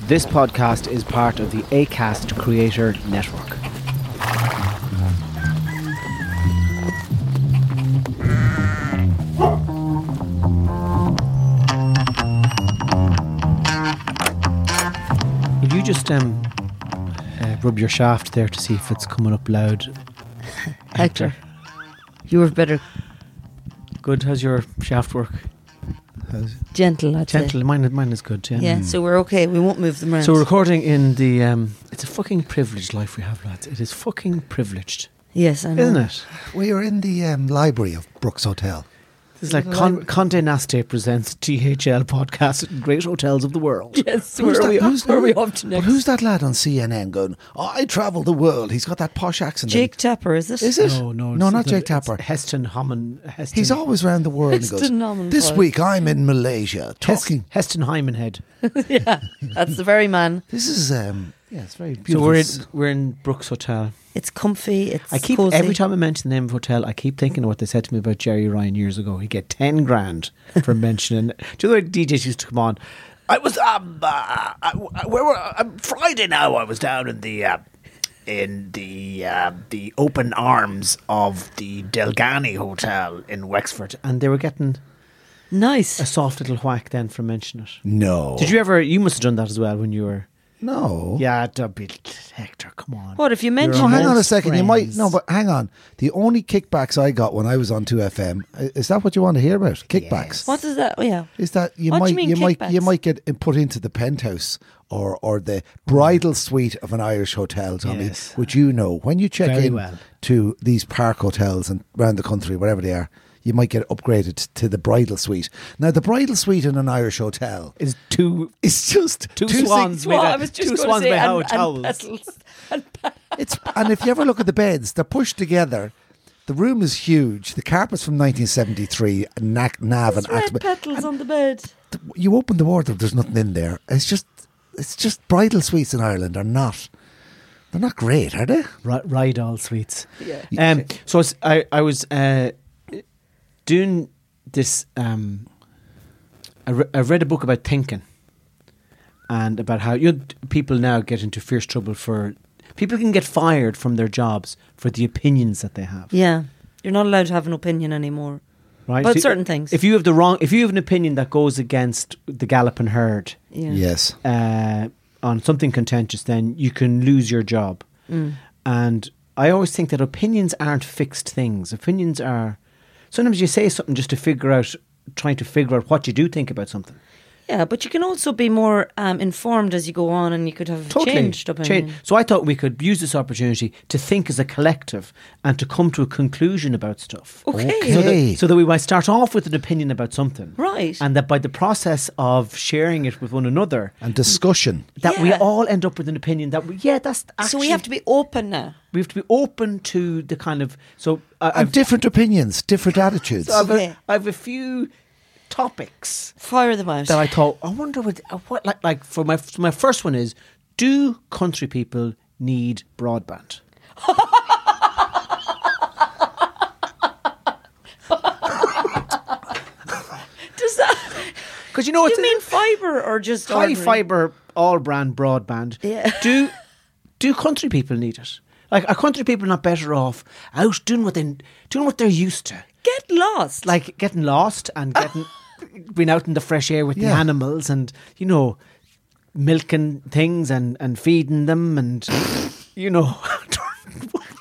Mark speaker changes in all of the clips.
Speaker 1: This podcast is part of the ACAST Creator Network. Will you just um, uh, rub your shaft there to see if it's coming up loud?
Speaker 2: Hector, you were better
Speaker 1: Good, how's your shaft work?
Speaker 2: gentle, I'd
Speaker 1: Gentle, mine, mine is good, yeah. Mm.
Speaker 2: say. Yeah, so we're okay. We won't move them around.
Speaker 1: So we're recording in the. Um, it's a fucking privileged life we have, lads. It is fucking privileged,
Speaker 2: yes, I know.
Speaker 1: isn't it?
Speaker 3: We are in the um, library of Brooks Hotel.
Speaker 1: It's like Con- Conde Nast presents THL podcast at Great Hotels of the World.
Speaker 2: Yes, where are, we, where are we off to
Speaker 3: But
Speaker 2: next?
Speaker 3: who's that lad on CNN going, oh, I travel the world? He's got that posh accent.
Speaker 2: Jake Tapper, is it?
Speaker 3: Is it?
Speaker 1: No, no,
Speaker 3: No,
Speaker 1: it's
Speaker 3: not Jake
Speaker 1: it's
Speaker 3: Tapper.
Speaker 1: Heston Homan. Heston,
Speaker 3: He's always around the world and
Speaker 2: It's
Speaker 3: goes,
Speaker 2: the nominal
Speaker 3: This
Speaker 2: voice.
Speaker 3: week I'm in Malaysia
Speaker 1: Hes-
Speaker 3: talking.
Speaker 1: Heston Hymanhead.
Speaker 2: yeah, that's the very man.
Speaker 3: This is, um, yeah, it's very
Speaker 1: So
Speaker 3: beautiful.
Speaker 1: we're in, we're in Brooks Hotel.
Speaker 2: It's comfy. It's
Speaker 1: I keep
Speaker 2: cozy.
Speaker 1: every time I mention the name of hotel, I keep thinking of what they said to me about Jerry Ryan years ago. He get ten grand for mentioning. Do you know the DJs used to come on? I was um, uh, I, where were um, Friday now? I was down in the uh, in the uh, the open arms of the Delgany Hotel in Wexford, and they were getting
Speaker 2: nice.
Speaker 1: a soft little whack then for mentioning it.
Speaker 3: No.
Speaker 1: Did you ever? You must have done that as well when you were.
Speaker 3: No.
Speaker 1: Yeah, don't be Hector. Come on.
Speaker 2: Oh. What if you mention?
Speaker 3: No, hang on a
Speaker 1: amongst
Speaker 3: second. You might
Speaker 1: friends.
Speaker 3: no, but hang on. The only kickbacks I got when I was on Two FM i- is that what you want to hear about? Kickbacks.
Speaker 2: What is that? Oh, yeah.
Speaker 3: Is that you
Speaker 2: What do
Speaker 3: might
Speaker 2: you mean
Speaker 3: might you
Speaker 2: kickbacks?
Speaker 3: might get in- put into the penthouse or or the bridal suite of an Irish hotel, Tommy,
Speaker 1: Yes.
Speaker 3: which you know when you check
Speaker 1: Very
Speaker 3: in
Speaker 1: well.
Speaker 3: to these park hotels and around the country, wherever they are. You might get upgraded to the bridal suite. Now, the bridal suite in an Irish hotel
Speaker 1: Is two
Speaker 3: is just
Speaker 1: two,
Speaker 3: thing-
Speaker 1: swans made
Speaker 2: Well,
Speaker 1: out-
Speaker 2: I was just
Speaker 1: two
Speaker 2: gonna
Speaker 1: swans
Speaker 2: say,
Speaker 1: made
Speaker 2: and,
Speaker 1: out of
Speaker 2: and
Speaker 1: towels.
Speaker 2: petals.
Speaker 3: It's and if you ever look at the beds, they're pushed together. The room is huge. The carpet's from 1973. Nac, Nav and
Speaker 2: There's red
Speaker 3: Axman.
Speaker 2: petals on the bed.
Speaker 3: You open the wardrobe, there's nothing in there. It's just, it's just bridal suites in Ireland are not. They're not great, are they?
Speaker 1: Ri- Ride all sweets.
Speaker 2: Yeah.
Speaker 1: Um, so it's, I, I was uh, doing this. Um, I, re- I read a book about thinking and about how you know, people now get into fierce trouble for. People can get fired from their jobs for the opinions that they have.
Speaker 2: Yeah, you're not allowed to have an opinion anymore.
Speaker 1: Right?
Speaker 2: About
Speaker 1: So
Speaker 2: certain things.
Speaker 1: If you have the wrong, if you have an opinion that goes against the galloping herd,
Speaker 2: Yeah.
Speaker 3: Yes.
Speaker 1: uh, on something contentious, then you can lose your job.
Speaker 2: Mm.
Speaker 1: And I always think that opinions aren't fixed things. Opinions are sometimes you say something just to figure out, trying to figure out what you do think about something.
Speaker 2: Yeah, but you can also be more um, informed as you go on, and you could have changed
Speaker 1: Change.
Speaker 2: opinion.
Speaker 1: So I thought we could use this opportunity to think as a collective and to come to a conclusion about stuff.
Speaker 2: Okay.
Speaker 1: So
Speaker 3: Okay.
Speaker 1: that, so that we might start off with an opinion about something.
Speaker 2: Right.
Speaker 1: And that by the process of sharing it with one another,
Speaker 3: And discussion.
Speaker 1: that we
Speaker 2: Yeah.
Speaker 1: all end up with an opinion that, we, yeah, that's actually.
Speaker 2: so we have to be open now.
Speaker 1: We have to be open to the kind of so I
Speaker 3: And
Speaker 1: I've,
Speaker 3: different opinions, different attitudes.
Speaker 1: I've,
Speaker 2: Okay.
Speaker 1: a, I've a few topics
Speaker 2: Fire them out.
Speaker 1: that I thought I wonder what, uh, what like like for my so my first one is do country people need broadband?
Speaker 2: Does that?
Speaker 1: Because you know it's
Speaker 2: you mean fiber or just
Speaker 1: Oh, high
Speaker 2: ordinary?
Speaker 1: fiber all brand broadband.
Speaker 2: Yeah.
Speaker 1: Do do country people need it? Like are country people not better off out doing what they doing what they're used to?
Speaker 2: Get lost.
Speaker 1: like getting lost and getting being out in the fresh air with the
Speaker 3: Yeah.
Speaker 1: animals and you know milking things and and feeding them and you know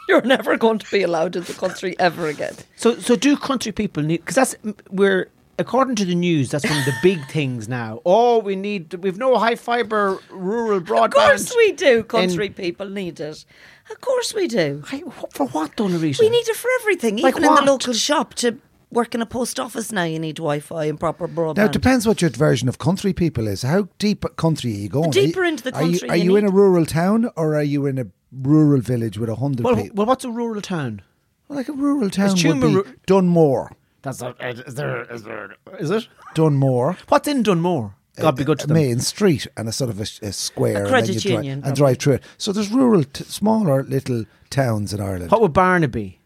Speaker 2: You're never going to be allowed in the country ever again.
Speaker 1: so so do country people need because that's we're according to the news that's one of the big things now oh we need we've no high fiber rural broadband
Speaker 2: Of course we do. Country
Speaker 1: in-
Speaker 2: people need it. Of course we do.
Speaker 1: I, wh- for what though Larissa?
Speaker 2: We need it for everything,
Speaker 1: Like
Speaker 2: even in the
Speaker 1: what?
Speaker 2: local shop to work in a post office now. You need Wi Fi and proper broadband.
Speaker 3: Now it depends what your version of country people is. How deep country are you going? Are you-
Speaker 2: deeper into the
Speaker 3: are you-
Speaker 2: country
Speaker 3: Are you,
Speaker 2: you
Speaker 3: in a
Speaker 2: need.
Speaker 3: rural town or are you in a rural village with a hundred
Speaker 1: well,
Speaker 3: people?
Speaker 1: well what's a rural town
Speaker 3: Well, like a rural town would
Speaker 1: Tuamoru-
Speaker 3: be Dunmore.
Speaker 1: that's a, is there is there is it
Speaker 3: Dunmore.
Speaker 1: what's in Dunmore
Speaker 3: Uh,
Speaker 1: God be good to
Speaker 3: a
Speaker 1: them
Speaker 3: main street and a sort of a, s- a square, and then
Speaker 2: credit
Speaker 3: you drive,
Speaker 2: union,
Speaker 3: and
Speaker 2: probably.
Speaker 3: drive through it. So there's rural, t- smaller little towns in Ireland.
Speaker 1: what would Barnaby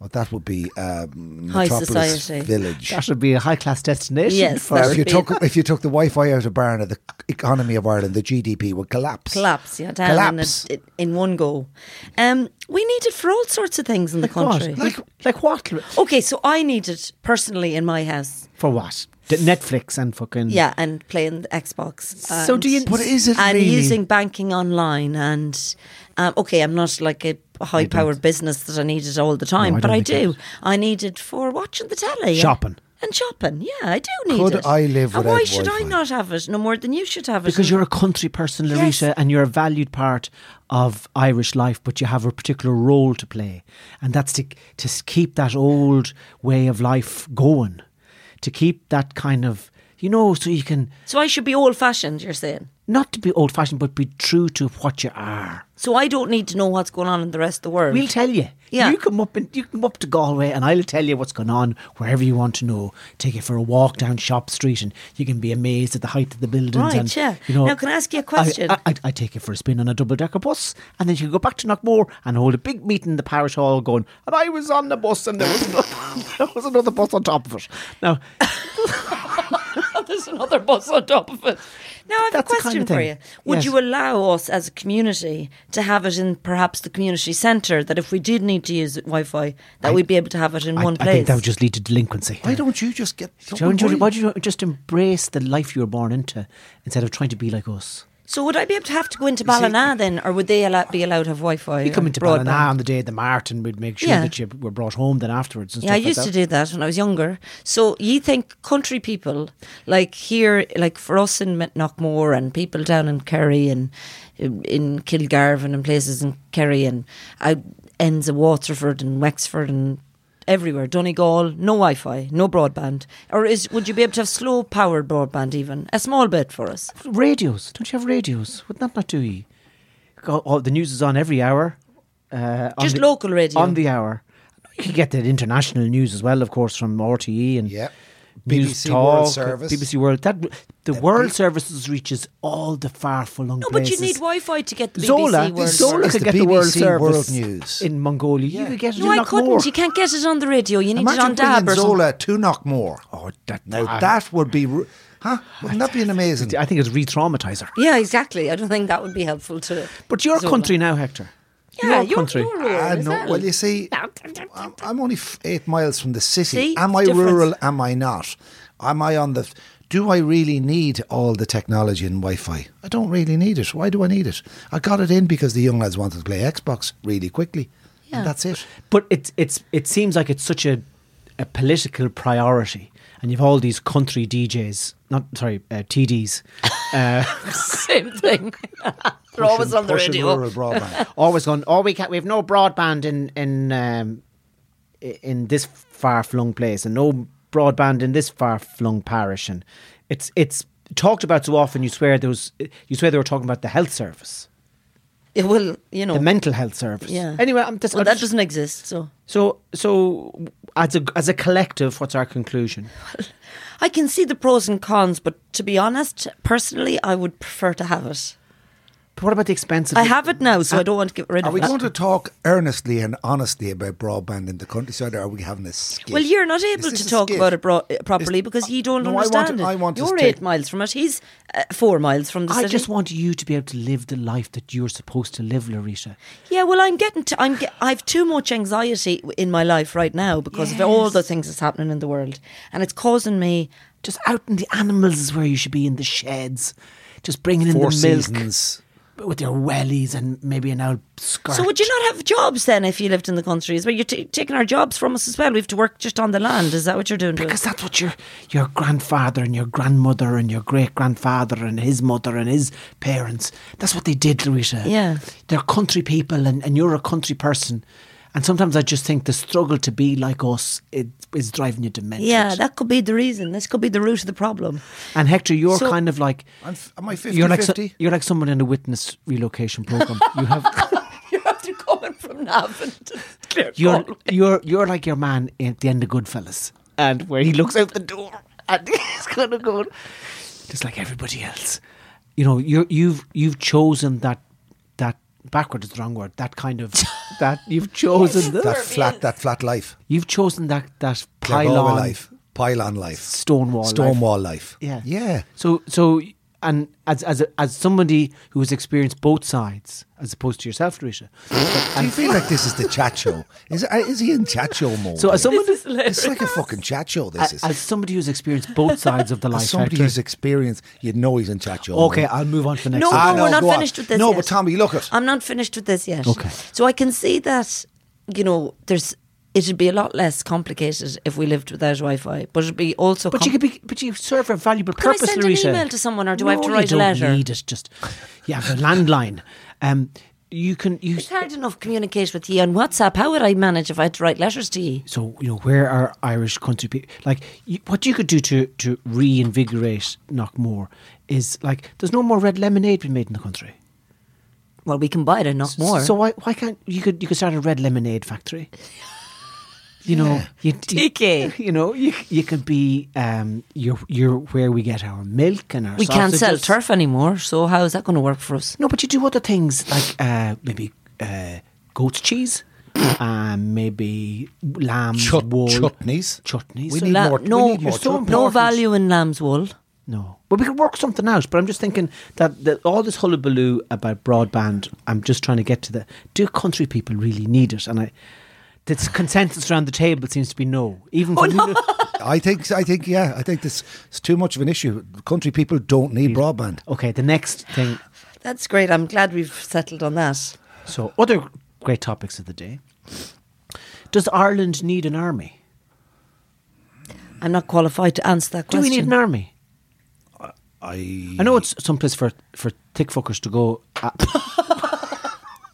Speaker 3: Well, that would be um,
Speaker 2: High
Speaker 3: metropolis
Speaker 2: society.
Speaker 3: village.
Speaker 1: That would be a high class destination.
Speaker 2: Yes,
Speaker 1: for-
Speaker 2: that
Speaker 3: Or if
Speaker 2: would
Speaker 3: you
Speaker 2: be-
Speaker 3: took if you took the Wi-Fi out of Barna, the economy of Ireland, the GDP would collapse.
Speaker 2: collapse, yeah, down
Speaker 3: Collapse.
Speaker 2: In, a, in one go. Um, we need it for all sorts of things in the country.
Speaker 1: What? Like, like what? Oh.
Speaker 2: okay, so I need it personally in my house.
Speaker 1: For what? The Netflix and fucking.
Speaker 2: Yeah, and playing the Xbox. And,
Speaker 1: Mm. So do you-
Speaker 3: But is it
Speaker 2: And
Speaker 3: really?
Speaker 2: using banking online and um, okay, I'm not like a high powered business that I need it all the time,
Speaker 1: No, I
Speaker 2: but
Speaker 1: don't
Speaker 2: I
Speaker 1: think it
Speaker 2: do.
Speaker 1: is.
Speaker 2: I need it for watching the telly.
Speaker 1: Shopping.
Speaker 2: And shopping, yeah, I do need
Speaker 3: Could
Speaker 2: it.
Speaker 3: I live
Speaker 2: and Why
Speaker 3: without
Speaker 2: should I
Speaker 3: Wi-Fi?
Speaker 2: not have it? No more than you should have it.
Speaker 1: Because you're a country person, Larissa,
Speaker 2: Yes.
Speaker 1: and you're a valued part of Irish life, but you have a particular role to play. And that's to, to s- keep that old way of life going, to keep that kind of, you know, so you can
Speaker 2: so I should be old fashioned. You're saying.
Speaker 1: not to be old fashioned, but be true to what you are.
Speaker 2: So I don't need to know what's going on in the rest of the world.
Speaker 1: We'll tell you.
Speaker 2: Yeah.
Speaker 1: You come up and you come up to Galway and I'll tell you what's going on wherever you want to know. Take you for a walk down Shop Street and you can be amazed at the height of the buildings.
Speaker 2: Right,
Speaker 1: and,
Speaker 2: yeah.
Speaker 1: You know,
Speaker 2: Now, can I ask you a question?
Speaker 1: I, I, I take you for a spin on a double decker bus and then you can go back to Knockmore and hold a big meeting in the parish hall going, and I was on the bus and there was another, there was another bus on top of it. Now,
Speaker 2: There's another bus on top of it. Now I have
Speaker 1: That's the
Speaker 2: a
Speaker 1: kind
Speaker 2: question
Speaker 1: of
Speaker 2: for
Speaker 1: thing.
Speaker 2: you. Would
Speaker 1: Yes.
Speaker 2: you allow us as a community to have it in perhaps the community centre that if we did need to use Wi-Fi, that we'd be able to have it in
Speaker 1: I,
Speaker 2: one
Speaker 1: I
Speaker 2: place?
Speaker 1: think that would just lead to delinquency.
Speaker 3: Why don't you just get?
Speaker 1: Don't you- why do you just embrace the life you were born into instead of trying to be like us?
Speaker 2: so would I be able to have to go into Ballina then, or would they allow, be allowed to have Wi-Fi?
Speaker 1: You
Speaker 2: or
Speaker 1: come into
Speaker 2: broadband?
Speaker 1: Ballina on the day of the mart and we'd make sure
Speaker 2: Yeah.
Speaker 1: that you were brought home then afterwards and
Speaker 2: Yeah, I
Speaker 1: stuff like
Speaker 2: used
Speaker 1: that.
Speaker 2: to do that when I was younger. So you think country people, like here, like for us in Knockmore and people down in Kerry and uh, in Kilgarvan and places in Kerry and out ends of Waterford and Wexford and everywhere, Donegal, no Wi-Fi, no broadband, or is would you be able to have slow powered broadband even a small bit for us?
Speaker 1: Radios. Don't you have radios? Wouldn't that not do you? Go- oh, the news is on every hour. Uh, on
Speaker 2: Just
Speaker 1: the-
Speaker 2: local radio.
Speaker 1: On the hour. You can get the international news as well, of course, from RTE and
Speaker 3: Yeah.
Speaker 1: News
Speaker 3: BBC World
Speaker 1: Talk, uh,
Speaker 3: Service.
Speaker 1: BBC World. That, the World Services reaches all the far flung
Speaker 2: No, but
Speaker 1: places.
Speaker 2: you need Wi-Fi to get the BBC
Speaker 1: Zola,
Speaker 2: World
Speaker 1: Zola
Speaker 3: Service.
Speaker 1: could
Speaker 3: The
Speaker 1: get the World
Speaker 3: BBC
Speaker 1: Service
Speaker 3: World News.
Speaker 1: in Mongolia. You could get it
Speaker 2: No,
Speaker 1: in
Speaker 2: I couldn't.
Speaker 1: Knockmore.
Speaker 2: You can't get it on the radio. You need it on
Speaker 3: Imagine
Speaker 2: DAB
Speaker 3: bringing
Speaker 2: or something.
Speaker 3: Zola to Knockmore. Oh, that, now that would be, ru- huh? Wouldn't that be an amazing?
Speaker 1: I think it's re-traumatizer.
Speaker 2: Yeah, exactly. I don't think that would be helpful to.
Speaker 1: But your
Speaker 2: Zola.
Speaker 1: country now, Hector.
Speaker 2: Yeah,
Speaker 1: your country.
Speaker 2: You're
Speaker 3: Ah,
Speaker 2: rural,
Speaker 3: no.
Speaker 2: no,
Speaker 3: Well, you see, I'm, I'm only f- eight miles from the city.
Speaker 2: See?
Speaker 3: am I
Speaker 2: It's different.
Speaker 3: rural? Am I not? Am I on the? Do I really need all the technology and Wi-Fi? I don't really need it. Why do I need it? I got it in because the young lads wanted to play Xbox really quickly,
Speaker 2: Yeah.
Speaker 3: and that's it.
Speaker 1: But it's it's it seems like it's such a a political priority, and you've all these country DJs, not sorry uh, TDs,
Speaker 2: same thing. They're always
Speaker 3: Pushing-
Speaker 2: on the
Speaker 3: pushing
Speaker 2: radio.
Speaker 3: Rural broadband.
Speaker 1: always going. Oh, we can't. We have no broadband in in um, i- in this far flung place, and no broadband in this far flung parish, and it's it's talked about so often. You swear there was, you swear they were talking about the health service,
Speaker 2: Yeah, well, you know,
Speaker 1: the mental health service.
Speaker 2: yeah.
Speaker 1: Anyway, I'm just,
Speaker 2: well,
Speaker 1: I'm
Speaker 2: that
Speaker 1: just-
Speaker 2: doesn't exist. So
Speaker 1: so so as a as a collective, what's our conclusion?
Speaker 2: I can see the pros and cons, but to be honest, personally, I would prefer to have it.
Speaker 4: But what about the expense of
Speaker 2: I
Speaker 4: the-
Speaker 2: have it now, so I don't want to get rid
Speaker 3: Are
Speaker 2: of
Speaker 3: we
Speaker 2: it.
Speaker 3: going to talk earnestly and honestly about broadband in the countryside, or are we having a skit?
Speaker 2: Well, you're not
Speaker 3: Is
Speaker 2: able
Speaker 3: this
Speaker 2: to
Speaker 3: a
Speaker 2: talk
Speaker 3: skit?
Speaker 2: about it bro- uh, properly
Speaker 3: Is-
Speaker 2: because you don't
Speaker 3: No, I want-
Speaker 2: understand
Speaker 3: I
Speaker 2: it.
Speaker 3: want us
Speaker 2: you're
Speaker 3: to-
Speaker 2: eight miles from it. He's uh, four miles from the
Speaker 1: I
Speaker 2: city.
Speaker 1: just want you to be able to live the life that you're supposed to live, Larita.
Speaker 2: Yeah, well, I'm getting. To, I'm. Get, I've too much anxiety in my life right now because of all the things that's happening in the world, and it's causing me.
Speaker 1: Just out in the animals is where you should be in the sheds. Just bringing
Speaker 3: Four
Speaker 1: in the milk
Speaker 3: seasons.
Speaker 1: with your wellies and maybe an old skirt.
Speaker 2: So would you not have jobs then if you lived in the country? Is where you're t- taking our jobs from us as well. We have to work just on the land. Is that what you're doing? to us?
Speaker 1: Because that's what your your grandfather and your grandmother and your great grandfather and his mother and his parents. That's what they did, Larita.
Speaker 2: Yeah.
Speaker 1: They're country people and, and you're a country person. And sometimes I just think the struggle to be like us it, is driving you demented.
Speaker 2: yeah, that could be the reason. This could be the root of the problem.
Speaker 1: and Hector, you're
Speaker 2: So-
Speaker 1: kind of like
Speaker 3: I'm f- am I
Speaker 1: you're like so-
Speaker 3: 50-50?
Speaker 1: you're like someone in a witness relocation program. you have
Speaker 2: You're after coming from Navan to Clare
Speaker 1: you're
Speaker 2: Cole.
Speaker 1: you're you're like your man at the end of Goodfellas, and where he looks out the door and he's kind of going, just like everybody else. You know, you're, you've you've chosen that that backward is the wrong word. That kind of that you've chosen that,
Speaker 3: that flat, that flat life,
Speaker 1: you've chosen that that
Speaker 3: Clare
Speaker 1: pylon
Speaker 3: Galway life, pylon life,
Speaker 1: Stonewall life.
Speaker 3: stonewall life.
Speaker 1: Yeah.
Speaker 3: yeah.
Speaker 1: So so and as as as somebody who has experienced both sides, as opposed to yourself, Teresa.
Speaker 3: Do you feel like this is the chat show? Is uh, is he in chat show mode?
Speaker 1: So as someone
Speaker 3: it's like a fucking chat show. This is.
Speaker 1: as somebody who's experienced both sides of the life,
Speaker 3: As somebody
Speaker 1: Hector.
Speaker 3: who's experienced, you know he's in chat show.
Speaker 1: Okay,
Speaker 3: mode.
Speaker 1: I'll move on to the next.
Speaker 2: No,
Speaker 1: one.
Speaker 3: Ah,
Speaker 2: no, we're not
Speaker 3: go on.
Speaker 2: finished with this.
Speaker 3: No,
Speaker 2: yet.
Speaker 3: but Tommy, look at-
Speaker 2: I'm not finished with this yet.
Speaker 1: Okay.
Speaker 2: So I can see that, you know, there's it'd be a lot less complicated if we lived without Wi-Fi, but it'd be also.
Speaker 1: But
Speaker 2: com-
Speaker 1: you could be, but you serve a valuable
Speaker 2: Can I
Speaker 1: purpose,
Speaker 2: send an
Speaker 1: Larisha.
Speaker 2: email to someone or do I
Speaker 1: No,
Speaker 2: have to write a
Speaker 1: you don't
Speaker 2: letter?
Speaker 1: Need it. Just you have a landline. Um, you can you.
Speaker 2: It's hard enough to communicate with you on WhatsApp. How would I manage if I had to write letters to you?
Speaker 1: So you know where are Irish country people? Like you, what you could do to to reinvigorate Knockmore is like there's no more red lemonade being made in the country.
Speaker 2: Well, we can buy it and not more.
Speaker 1: So why why can't you could you could start a red lemonade factory? You know, you, you,
Speaker 2: TK.
Speaker 1: you know, you you could be um, you're you're where we get our milk and our
Speaker 2: we can't sell
Speaker 1: sausages.
Speaker 2: turf anymore. So how is that going to work for us?
Speaker 1: No, but you do other things like uh, maybe uh, goat's cheese, um, maybe lamb's
Speaker 3: Chut-
Speaker 1: wool,
Speaker 3: chutneys.
Speaker 1: chutneys.
Speaker 3: We need
Speaker 2: La-
Speaker 3: more.
Speaker 2: no,
Speaker 3: we need more
Speaker 1: you're so
Speaker 3: children.
Speaker 2: No
Speaker 1: important.
Speaker 2: value in lamb's wool.
Speaker 1: no, but we could work something out. But I'm just thinking that, that all this hullabaloo about broadband. I'm just trying to get to the. Do country people really need it? And I, the consensus around the table seems to be Oh, no. Even from
Speaker 3: I think, I think, yeah, I think this is too much of an issue. Country people don't need broadband.
Speaker 1: okay, the next thing.
Speaker 2: That's great. I'm glad we've settled on that.
Speaker 1: So other great topics of the day. Does Ireland need an army?
Speaker 2: I'm not qualified to answer that
Speaker 1: Do
Speaker 2: question.
Speaker 1: we need an army?
Speaker 3: I
Speaker 1: I know it's someplace for for thick fuckers to go. Uh,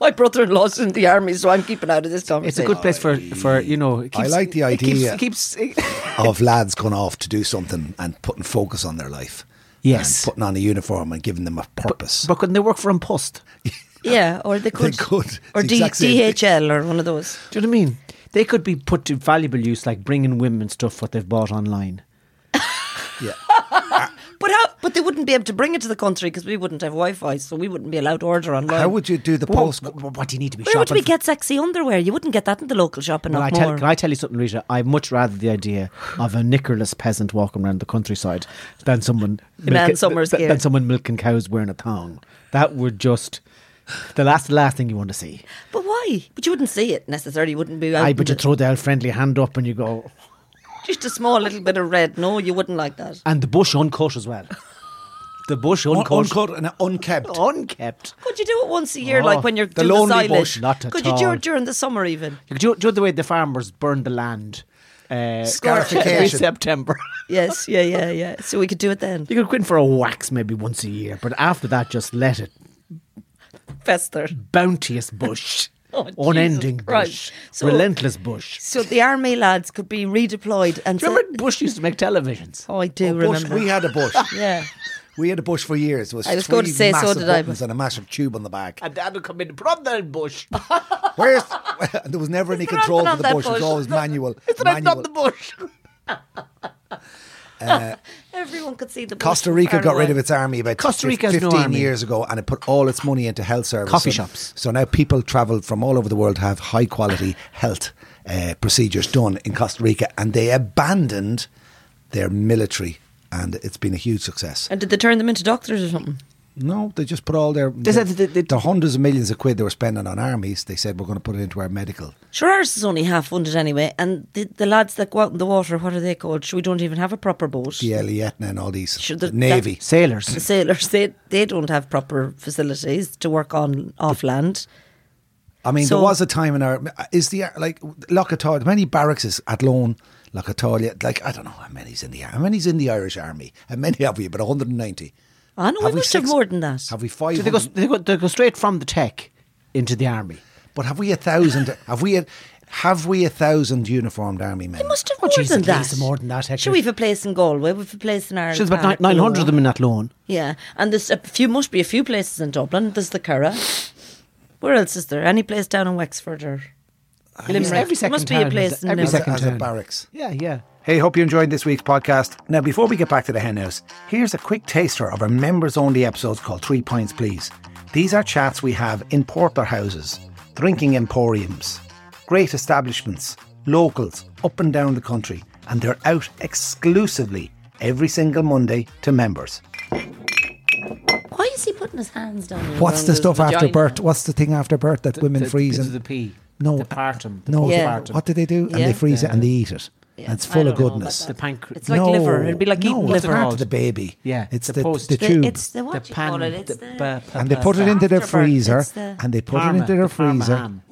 Speaker 2: My brother-in-law's in the army, so I'm keeping out of this
Speaker 1: it's
Speaker 2: conversation.
Speaker 1: a good place for for you know. It
Speaker 3: I
Speaker 1: keeps-
Speaker 3: like the
Speaker 1: it keeps-
Speaker 3: idea.
Speaker 1: It keeps,
Speaker 3: of lads going off to do something and putting focus on their life.
Speaker 1: Yes.
Speaker 3: and putting on a uniform and giving them a purpose.
Speaker 1: but couldn't they work for him post?
Speaker 2: Yeah, or they could,
Speaker 3: could.
Speaker 2: or
Speaker 3: It's
Speaker 2: D-
Speaker 3: exact same thing.
Speaker 2: DHL or one of those.
Speaker 1: Do you know what I mean? They could be put to valuable use, like bringing women stuff what they've bought online.
Speaker 3: yeah,
Speaker 2: But how? But they wouldn't be able to bring it to the country because we wouldn't have Wi-Fi, so we wouldn't be allowed to order online.
Speaker 3: how would you do the
Speaker 1: Well,
Speaker 3: post?
Speaker 1: wh- wh- what do you need to be
Speaker 2: Where would
Speaker 1: shopping?
Speaker 2: we
Speaker 1: for?
Speaker 2: get sexy underwear? You wouldn't get that in the local shop and
Speaker 1: Well, I
Speaker 2: not
Speaker 1: tell,
Speaker 2: more.
Speaker 1: can I tell you something, Rita? I much rather the idea of a nickerless peasant walking around the countryside than someone milking-
Speaker 2: summer's
Speaker 1: than,
Speaker 2: gear.
Speaker 1: than someone milking cows wearing a thong. That would just the last the last thing you want to see.
Speaker 2: but why? But you wouldn't see it necessarily. You wouldn't be out.
Speaker 1: I
Speaker 2: in
Speaker 1: but you
Speaker 2: Oh, the-
Speaker 1: throw the old friendly hand up and you go,
Speaker 2: just a small little bit of red. No, you wouldn't like that.
Speaker 1: and the bush uncut as well. The bush
Speaker 3: Un-
Speaker 1: uncut,
Speaker 3: uncut and unkept.
Speaker 1: unkept.
Speaker 2: Could you do it once a year,
Speaker 1: Oh,
Speaker 2: like when you're
Speaker 1: the
Speaker 2: doing
Speaker 1: lonely
Speaker 2: the silage?
Speaker 1: bush. Not at
Speaker 2: Could you do
Speaker 1: all.
Speaker 2: it during the summer even?
Speaker 1: Do you, do you know the way the farmers burn the land uh, every
Speaker 3: Scarification.
Speaker 1: September?
Speaker 2: Yes, yeah, yeah, yeah. So we could do it then.
Speaker 1: you could go in for a wax maybe once a year, but after that, just let it
Speaker 2: Fester.
Speaker 1: bounteous bush,
Speaker 2: Oh, Jesus
Speaker 1: unending bush,
Speaker 2: Christ. So-
Speaker 1: relentless bush.
Speaker 2: So the army lads could be redeployed and.
Speaker 1: Do you remember Bush used to make televisions?
Speaker 2: Oh, I do
Speaker 3: Oh, bush,
Speaker 2: remember.
Speaker 3: we had a bush.
Speaker 2: yeah.
Speaker 3: We had a bush for years. It was
Speaker 2: I was
Speaker 3: three
Speaker 2: going to say, so
Speaker 3: massive
Speaker 2: did I, but-
Speaker 3: buttons and a massive tube on the back.
Speaker 1: And Dad would come in, put on that bush.
Speaker 3: Where's there was never any
Speaker 2: There's
Speaker 3: control
Speaker 2: nothing
Speaker 3: for
Speaker 2: on
Speaker 3: the
Speaker 2: that
Speaker 3: bush. It was
Speaker 2: bush.
Speaker 3: always manual.
Speaker 1: It's not
Speaker 3: manual.
Speaker 1: the bush.
Speaker 2: Everyone could see the
Speaker 3: Costa Rica got rid of its army about
Speaker 5: Costa
Speaker 3: fif-
Speaker 5: Rica has no
Speaker 3: 15
Speaker 5: army.
Speaker 3: years ago and it put all its money into health services.
Speaker 5: Coffee
Speaker 3: So-
Speaker 5: shops.
Speaker 3: So now people travel from all over the world to have high quality health uh, procedures done in Costa Rica and they abandoned their military and it's been a huge success.
Speaker 2: And did they turn them into doctors or something?
Speaker 3: No, they just put all their
Speaker 5: They said that they- they-
Speaker 3: the hundreds of millions of quid they were spending on armies. They said we're going to put it into our medical.
Speaker 2: Sure, ours is only half funded anyway. And the, the lads that go out in the water, what are they called? Sure, we don't even have a proper boat.
Speaker 3: the E, Etna and all these
Speaker 2: Sure, the-
Speaker 3: navy.
Speaker 2: The
Speaker 5: Sailors.
Speaker 2: sailors, they, they don't have proper facilities to work on off land.
Speaker 3: I mean,
Speaker 2: So-
Speaker 3: there was a time in our is the like Locatard. Many barracks is at Lone Locatard. Like I don't know how many's in the how many's in the Irish Army. How many have we? But 190.
Speaker 2: I know Ah, we
Speaker 3: Have we
Speaker 2: must have
Speaker 3: six-
Speaker 2: more than that.
Speaker 3: Have we
Speaker 5: So
Speaker 3: five?
Speaker 5: they go, they, go, they go straight from the tech into the army.
Speaker 3: But have we a thousand? have we a have we a thousand uniformed army men?
Speaker 2: we must have
Speaker 5: Oh,
Speaker 2: more
Speaker 5: jeez,
Speaker 2: than
Speaker 5: at
Speaker 2: that.
Speaker 5: least more than that, actually.
Speaker 2: Sure, we've a place in Galway, we've a place in Ireland.
Speaker 5: So there's about nine hundred of them in that loan.
Speaker 2: Yeah, and there's a few, must be a few places in Dublin. There's the Curra. Where else is there? Any place down in Wexford or Limerick?
Speaker 5: every
Speaker 2: There
Speaker 5: second
Speaker 2: must be a
Speaker 5: town
Speaker 2: place
Speaker 5: has-
Speaker 2: in
Speaker 5: every
Speaker 3: as,
Speaker 2: Limerick.
Speaker 5: second
Speaker 3: a, as a
Speaker 5: town.
Speaker 3: barracks.
Speaker 5: Yeah, yeah.
Speaker 3: Hey, hope you enjoyed this week's podcast. Now, before we get back to the hen house, here's a quick taster of our members only episodes called Three Pints Please. These are chats we have in porter houses, drinking emporiums, great establishments, locals up and down the country, and they're out exclusively every single Monday to members.
Speaker 2: Why is he putting his hands down? here
Speaker 3: What's
Speaker 2: around
Speaker 3: the
Speaker 2: his
Speaker 3: stuff after
Speaker 2: vagina?
Speaker 3: birth? What's the thing after birth that women freeze?
Speaker 5: the,
Speaker 3: and-
Speaker 5: the pee.
Speaker 3: no,
Speaker 5: the partum. The
Speaker 3: no,
Speaker 2: Yeah.
Speaker 5: postpartum.
Speaker 3: what do they do? And
Speaker 2: Yeah.
Speaker 3: they freeze it and they eat it. And it's
Speaker 2: I
Speaker 3: full of
Speaker 2: don't know about
Speaker 3: goodness.
Speaker 2: that.
Speaker 5: The pancreas.
Speaker 2: It's like liver. It'd be like
Speaker 3: no,
Speaker 2: eating
Speaker 3: it's
Speaker 2: liver.
Speaker 3: part
Speaker 5: odd.
Speaker 3: of the baby.
Speaker 5: Yeah,
Speaker 3: it's
Speaker 5: the
Speaker 3: the,
Speaker 5: post-
Speaker 3: the
Speaker 5: The-
Speaker 3: tube.
Speaker 2: It's the what you call it? It's the,
Speaker 3: and they put it into their
Speaker 2: after birth,
Speaker 3: freezer,
Speaker 2: it's the-
Speaker 3: and they put it into their freezer.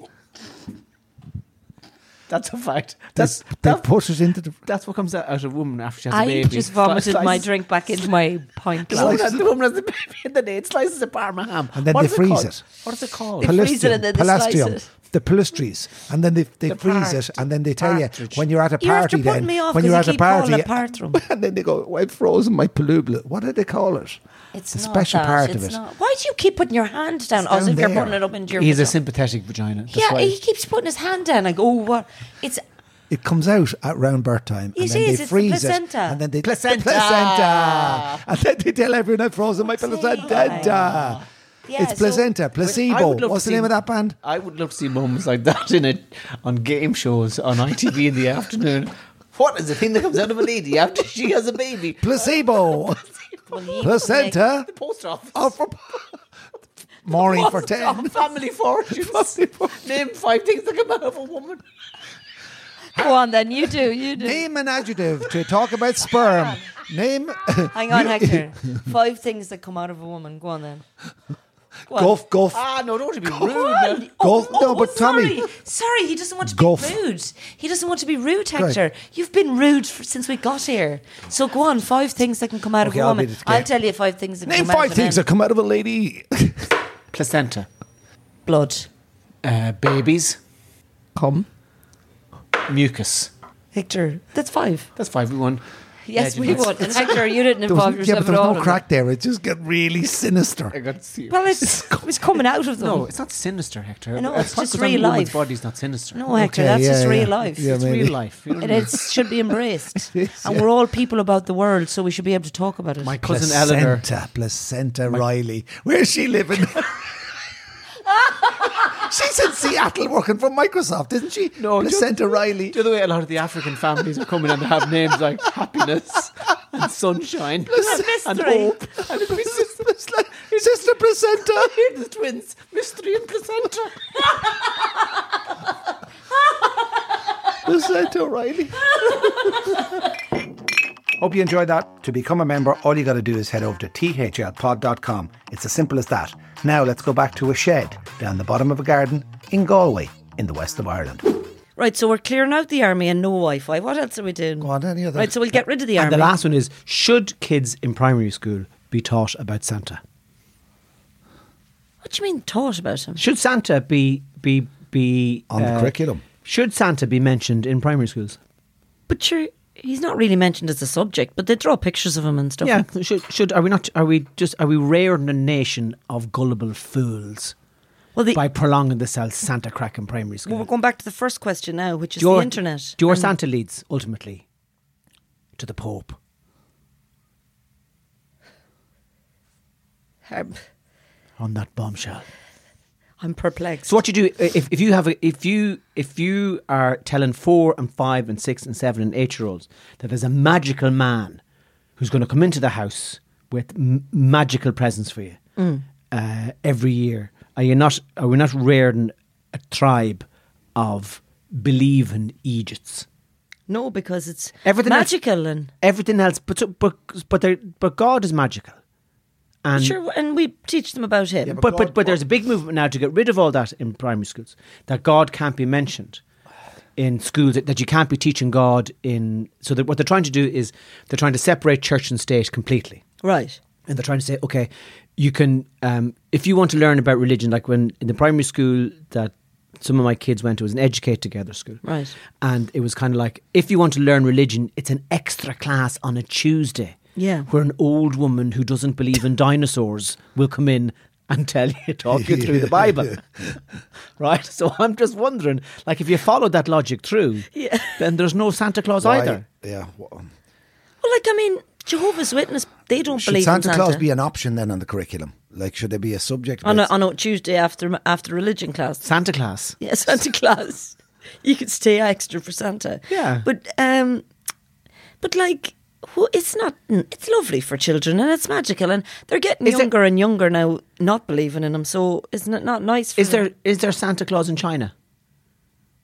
Speaker 5: That's a fact.
Speaker 3: That's
Speaker 5: That's
Speaker 3: they
Speaker 5: that-
Speaker 3: put it into the.
Speaker 5: that's what comes out, out of a woman after she has a
Speaker 2: I
Speaker 5: baby.
Speaker 2: just vomited
Speaker 5: Slices-
Speaker 2: my drink back into my pint
Speaker 5: The woman,
Speaker 2: glass.
Speaker 5: has, the woman has the baby and then it slices of Parma ham.
Speaker 3: And then
Speaker 5: What
Speaker 3: they
Speaker 5: is
Speaker 3: freeze
Speaker 5: called?
Speaker 3: it.
Speaker 5: What is it called?
Speaker 2: They freeze it and then they slice
Speaker 3: Palestium,
Speaker 2: it.
Speaker 3: The palustries, and then they, they
Speaker 5: The
Speaker 3: freeze it,
Speaker 5: part-
Speaker 3: and then they tell
Speaker 5: partridge.
Speaker 3: you when you're at a
Speaker 2: You're
Speaker 3: party.
Speaker 2: after putting
Speaker 3: then
Speaker 2: me off
Speaker 3: when
Speaker 2: 'cause
Speaker 3: you're
Speaker 2: you
Speaker 3: at a
Speaker 2: keep calling
Speaker 3: party,
Speaker 2: it partrum.
Speaker 3: and then they go, well, "I've frozen my palubla." What do they call it?
Speaker 2: It's
Speaker 3: a
Speaker 2: not
Speaker 3: special
Speaker 2: that,
Speaker 3: part
Speaker 2: it's
Speaker 3: of it.
Speaker 2: not- Why do you keep putting your hand down
Speaker 3: It's
Speaker 2: as
Speaker 3: down
Speaker 2: if you're
Speaker 3: there.
Speaker 2: putting it up into your?
Speaker 5: He's a
Speaker 2: vagina?
Speaker 5: sympathetic vagina. That's
Speaker 2: Yeah,
Speaker 5: why.
Speaker 2: he keeps putting his hand down. I go, oh, what? It's
Speaker 3: It comes out at round birth time, and
Speaker 2: It
Speaker 3: then
Speaker 2: is,
Speaker 3: they
Speaker 2: it's the
Speaker 3: freeze it,
Speaker 2: placenta.
Speaker 3: and then they
Speaker 5: Placenta.
Speaker 3: The placenta, and then they tell everyone I've frozen my placenta.
Speaker 2: yeah,
Speaker 3: it's
Speaker 2: so-
Speaker 3: placenta,
Speaker 5: I
Speaker 3: placebo.
Speaker 5: would love to
Speaker 3: What's the
Speaker 5: see-
Speaker 3: name of that band?
Speaker 5: I would love to see moments like that in it on game shows on ITV in the afternoon. What is the thing that comes out of a lady after she has a baby?
Speaker 3: Placebo.
Speaker 2: Well, he
Speaker 3: placenta.
Speaker 5: The post office.
Speaker 3: Oh, for Maureen for ten.
Speaker 5: Family fortunes. Name five things that come out of a woman.
Speaker 2: Go on, then you do, you do.
Speaker 3: Name an adjective to talk about sperm. Name
Speaker 2: Hang on, Hector. Five things that come out of a woman. Go on then. Go on.
Speaker 3: guff guff.
Speaker 5: Ah, no, don't be rude.
Speaker 2: Come on.
Speaker 3: Golf- no,
Speaker 5: oh,
Speaker 3: but Tommy-
Speaker 2: Sorry. Sorry, he doesn't want to
Speaker 3: Golf.
Speaker 2: be rude. He doesn't want to be rude, Hector. You've been rude for, since we got here. So go on, five things that can come out
Speaker 3: Okay,
Speaker 2: of a
Speaker 3: I'll
Speaker 2: woman.
Speaker 3: be the-
Speaker 2: I'll, tell you five things that
Speaker 3: Name
Speaker 2: come out
Speaker 3: five
Speaker 2: of a
Speaker 3: things
Speaker 2: man.
Speaker 3: that come out of a lady.
Speaker 5: Placenta.
Speaker 2: blood.
Speaker 5: Uh, babies.
Speaker 2: Come.
Speaker 5: Mucus.
Speaker 2: Hector, that's five.
Speaker 5: That's five. We won.
Speaker 2: Yes,
Speaker 5: Yeah,
Speaker 2: we
Speaker 5: you know,
Speaker 2: would. And Hector, you didn't
Speaker 3: There was-
Speaker 2: involve
Speaker 3: yeah,
Speaker 2: yourself
Speaker 3: but there
Speaker 2: at all.
Speaker 3: was no
Speaker 2: in
Speaker 3: crack
Speaker 2: it.
Speaker 3: there. It just got really sinister.
Speaker 5: I got serious.
Speaker 2: Well, it's, it's coming out of them.
Speaker 5: no, it's not sinister, Hector.
Speaker 2: I know,
Speaker 5: A
Speaker 2: it's just
Speaker 5: focus on
Speaker 2: real
Speaker 5: a woman's
Speaker 2: life.
Speaker 5: body's not sinister.
Speaker 2: No, Hector,
Speaker 3: Okay,
Speaker 2: that's just
Speaker 3: yeah,
Speaker 2: real
Speaker 3: yeah.
Speaker 2: life.
Speaker 3: Yeah,
Speaker 5: it's
Speaker 3: maybe.
Speaker 5: real life. You don't
Speaker 2: And
Speaker 5: know.
Speaker 2: it should be embraced.
Speaker 3: is,
Speaker 2: and
Speaker 3: yeah.
Speaker 2: we're all people about the world, so we should be able to talk about it.
Speaker 5: My cousin
Speaker 3: Placenta,
Speaker 5: Eleanor.
Speaker 3: placenta Riley. Where's she living? She's in Seattle working for Microsoft, isn't she?
Speaker 5: No, just-
Speaker 3: placenta Riley.
Speaker 5: The other way, a lot of the African families are coming and they have names like happiness and sunshine and
Speaker 2: Mystery.
Speaker 5: hope. And it'll be sister,
Speaker 3: Sister placenta.
Speaker 5: Here the twins, mystery and placenta.
Speaker 3: Placenta Riley. Hope you enjoyed that. To become a member, all you got to do is head over to thlpod.com. It's as simple as that. Now let's go back to a shed down the bottom of a garden in Galway, in the west of Ireland.
Speaker 2: Right, so we're clearing out the army and no Wi-Fi. What else are we doing?
Speaker 3: Go on, any other-
Speaker 2: Right, so we'll get rid of the
Speaker 1: And
Speaker 2: army.
Speaker 1: the last one is should kids in primary school be taught about Santa?
Speaker 2: what do you mean taught about him?
Speaker 1: Should Santa be be be uh,
Speaker 3: On the curriculum.
Speaker 1: Should Santa be mentioned in primary schools?
Speaker 2: But sure, he's not really mentioned as a subject, but they draw pictures of him and stuff.
Speaker 1: Yeah, should should are we not are we just are we rare in a nation of gullible fools
Speaker 2: Well, the,
Speaker 1: by prolonging the South Santa crack in primary
Speaker 2: well, we're
Speaker 1: school?
Speaker 2: going back to the first question now, which is the internet.
Speaker 1: Your
Speaker 2: And
Speaker 1: Santa leads ultimately to the Pope.
Speaker 2: I'm,
Speaker 1: on that bombshell.
Speaker 2: I'm perplexed.
Speaker 1: So what you do i- if, if you have a, if you if you are telling four and five and six and seven and eight year olds that there's a magical man who's going to come into the house with m- magical presents for you uh, every year, are you not? Are we not rearing a tribe of believing Egypts?
Speaker 2: No, because it's
Speaker 1: Everything else-
Speaker 2: magical and
Speaker 1: Everything else, but so- but but there- but God is magical, and
Speaker 2: sure, and we teach them about him.
Speaker 1: but, but, but there's a big movement now to get rid of all that in primary schools, that God can't be mentioned in schools, that, that you can't be teaching God in. So that what they're trying to do is they're trying to separate church and state completely.
Speaker 2: right.
Speaker 1: And they're trying to say, okay, you can, um, if you want to learn about religion, like when in the primary school that some of my kids went to, it was an educate together school.
Speaker 2: Right.
Speaker 1: And it was kind of like, if you want to learn religion, it's an extra class on a Tuesday.
Speaker 2: Yeah.
Speaker 1: Where an old woman who doesn't believe in dinosaurs will come in and tell you, talk you through the Bible. Right? So I'm just wondering, like, if you followed that logic through,
Speaker 2: Yeah.
Speaker 1: then there's no Santa Claus
Speaker 3: Why-
Speaker 1: either.
Speaker 3: Yeah. wha-
Speaker 2: Well, like I mean, Jehovah's Witness, they don't
Speaker 3: Should
Speaker 2: believe
Speaker 3: Santa,
Speaker 2: in Santa
Speaker 3: Claus be an option then on the curriculum? Like, should there be a subject?
Speaker 2: on a,
Speaker 3: based-
Speaker 2: on a Tuesday after after religion class.
Speaker 1: Santa Claus.
Speaker 2: Yeah, Santa Claus. You could stay extra for Santa.
Speaker 1: Yeah.
Speaker 2: But um, but like, who? It's not. It's lovely for children, and it's magical, and they're getting
Speaker 1: Is it-
Speaker 2: younger and younger now, not believing in them. So isn't it not nice? For
Speaker 1: Is
Speaker 2: them?
Speaker 1: there is there Santa Claus in China?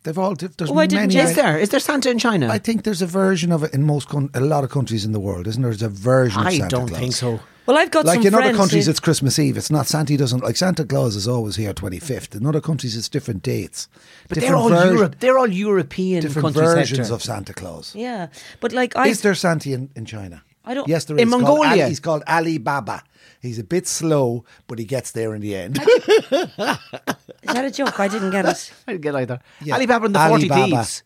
Speaker 3: They've all. There's
Speaker 2: Why didn't
Speaker 3: many.
Speaker 2: you-
Speaker 3: I-
Speaker 1: Is there? Is there Santa in China?
Speaker 3: I think there's a version of it in most con- a lot of countries in the world, isn't there? There's a version. of
Speaker 1: I
Speaker 3: Santa
Speaker 1: don't
Speaker 3: Claus.
Speaker 1: think so.
Speaker 2: Well, I've got
Speaker 3: Like
Speaker 2: some
Speaker 3: in other
Speaker 2: friends
Speaker 3: countries,
Speaker 2: who-
Speaker 3: it's Christmas Eve. It's not Santa doesn't like Santa Claus is always here twenty fifth. In other countries, it's different dates.
Speaker 1: But
Speaker 3: different
Speaker 1: they're all
Speaker 3: ver-
Speaker 1: Europe. They're all European
Speaker 3: Different
Speaker 1: countries.
Speaker 3: versions
Speaker 1: Hector.
Speaker 3: of Santa Claus.
Speaker 2: yeah. But like, I
Speaker 3: Is there Santi in, in China?
Speaker 2: I don't-
Speaker 3: Yes, there is.
Speaker 1: In
Speaker 3: He's called
Speaker 1: Mongolia.
Speaker 3: Ali- he's called Ali Baba. He's a bit slow, but he gets there in the end.
Speaker 2: is that a joke? I didn't get it.
Speaker 1: I didn't get either.
Speaker 3: Yeah.
Speaker 1: Alibaba and the
Speaker 3: Alibaba.
Speaker 1: Forty Thieves.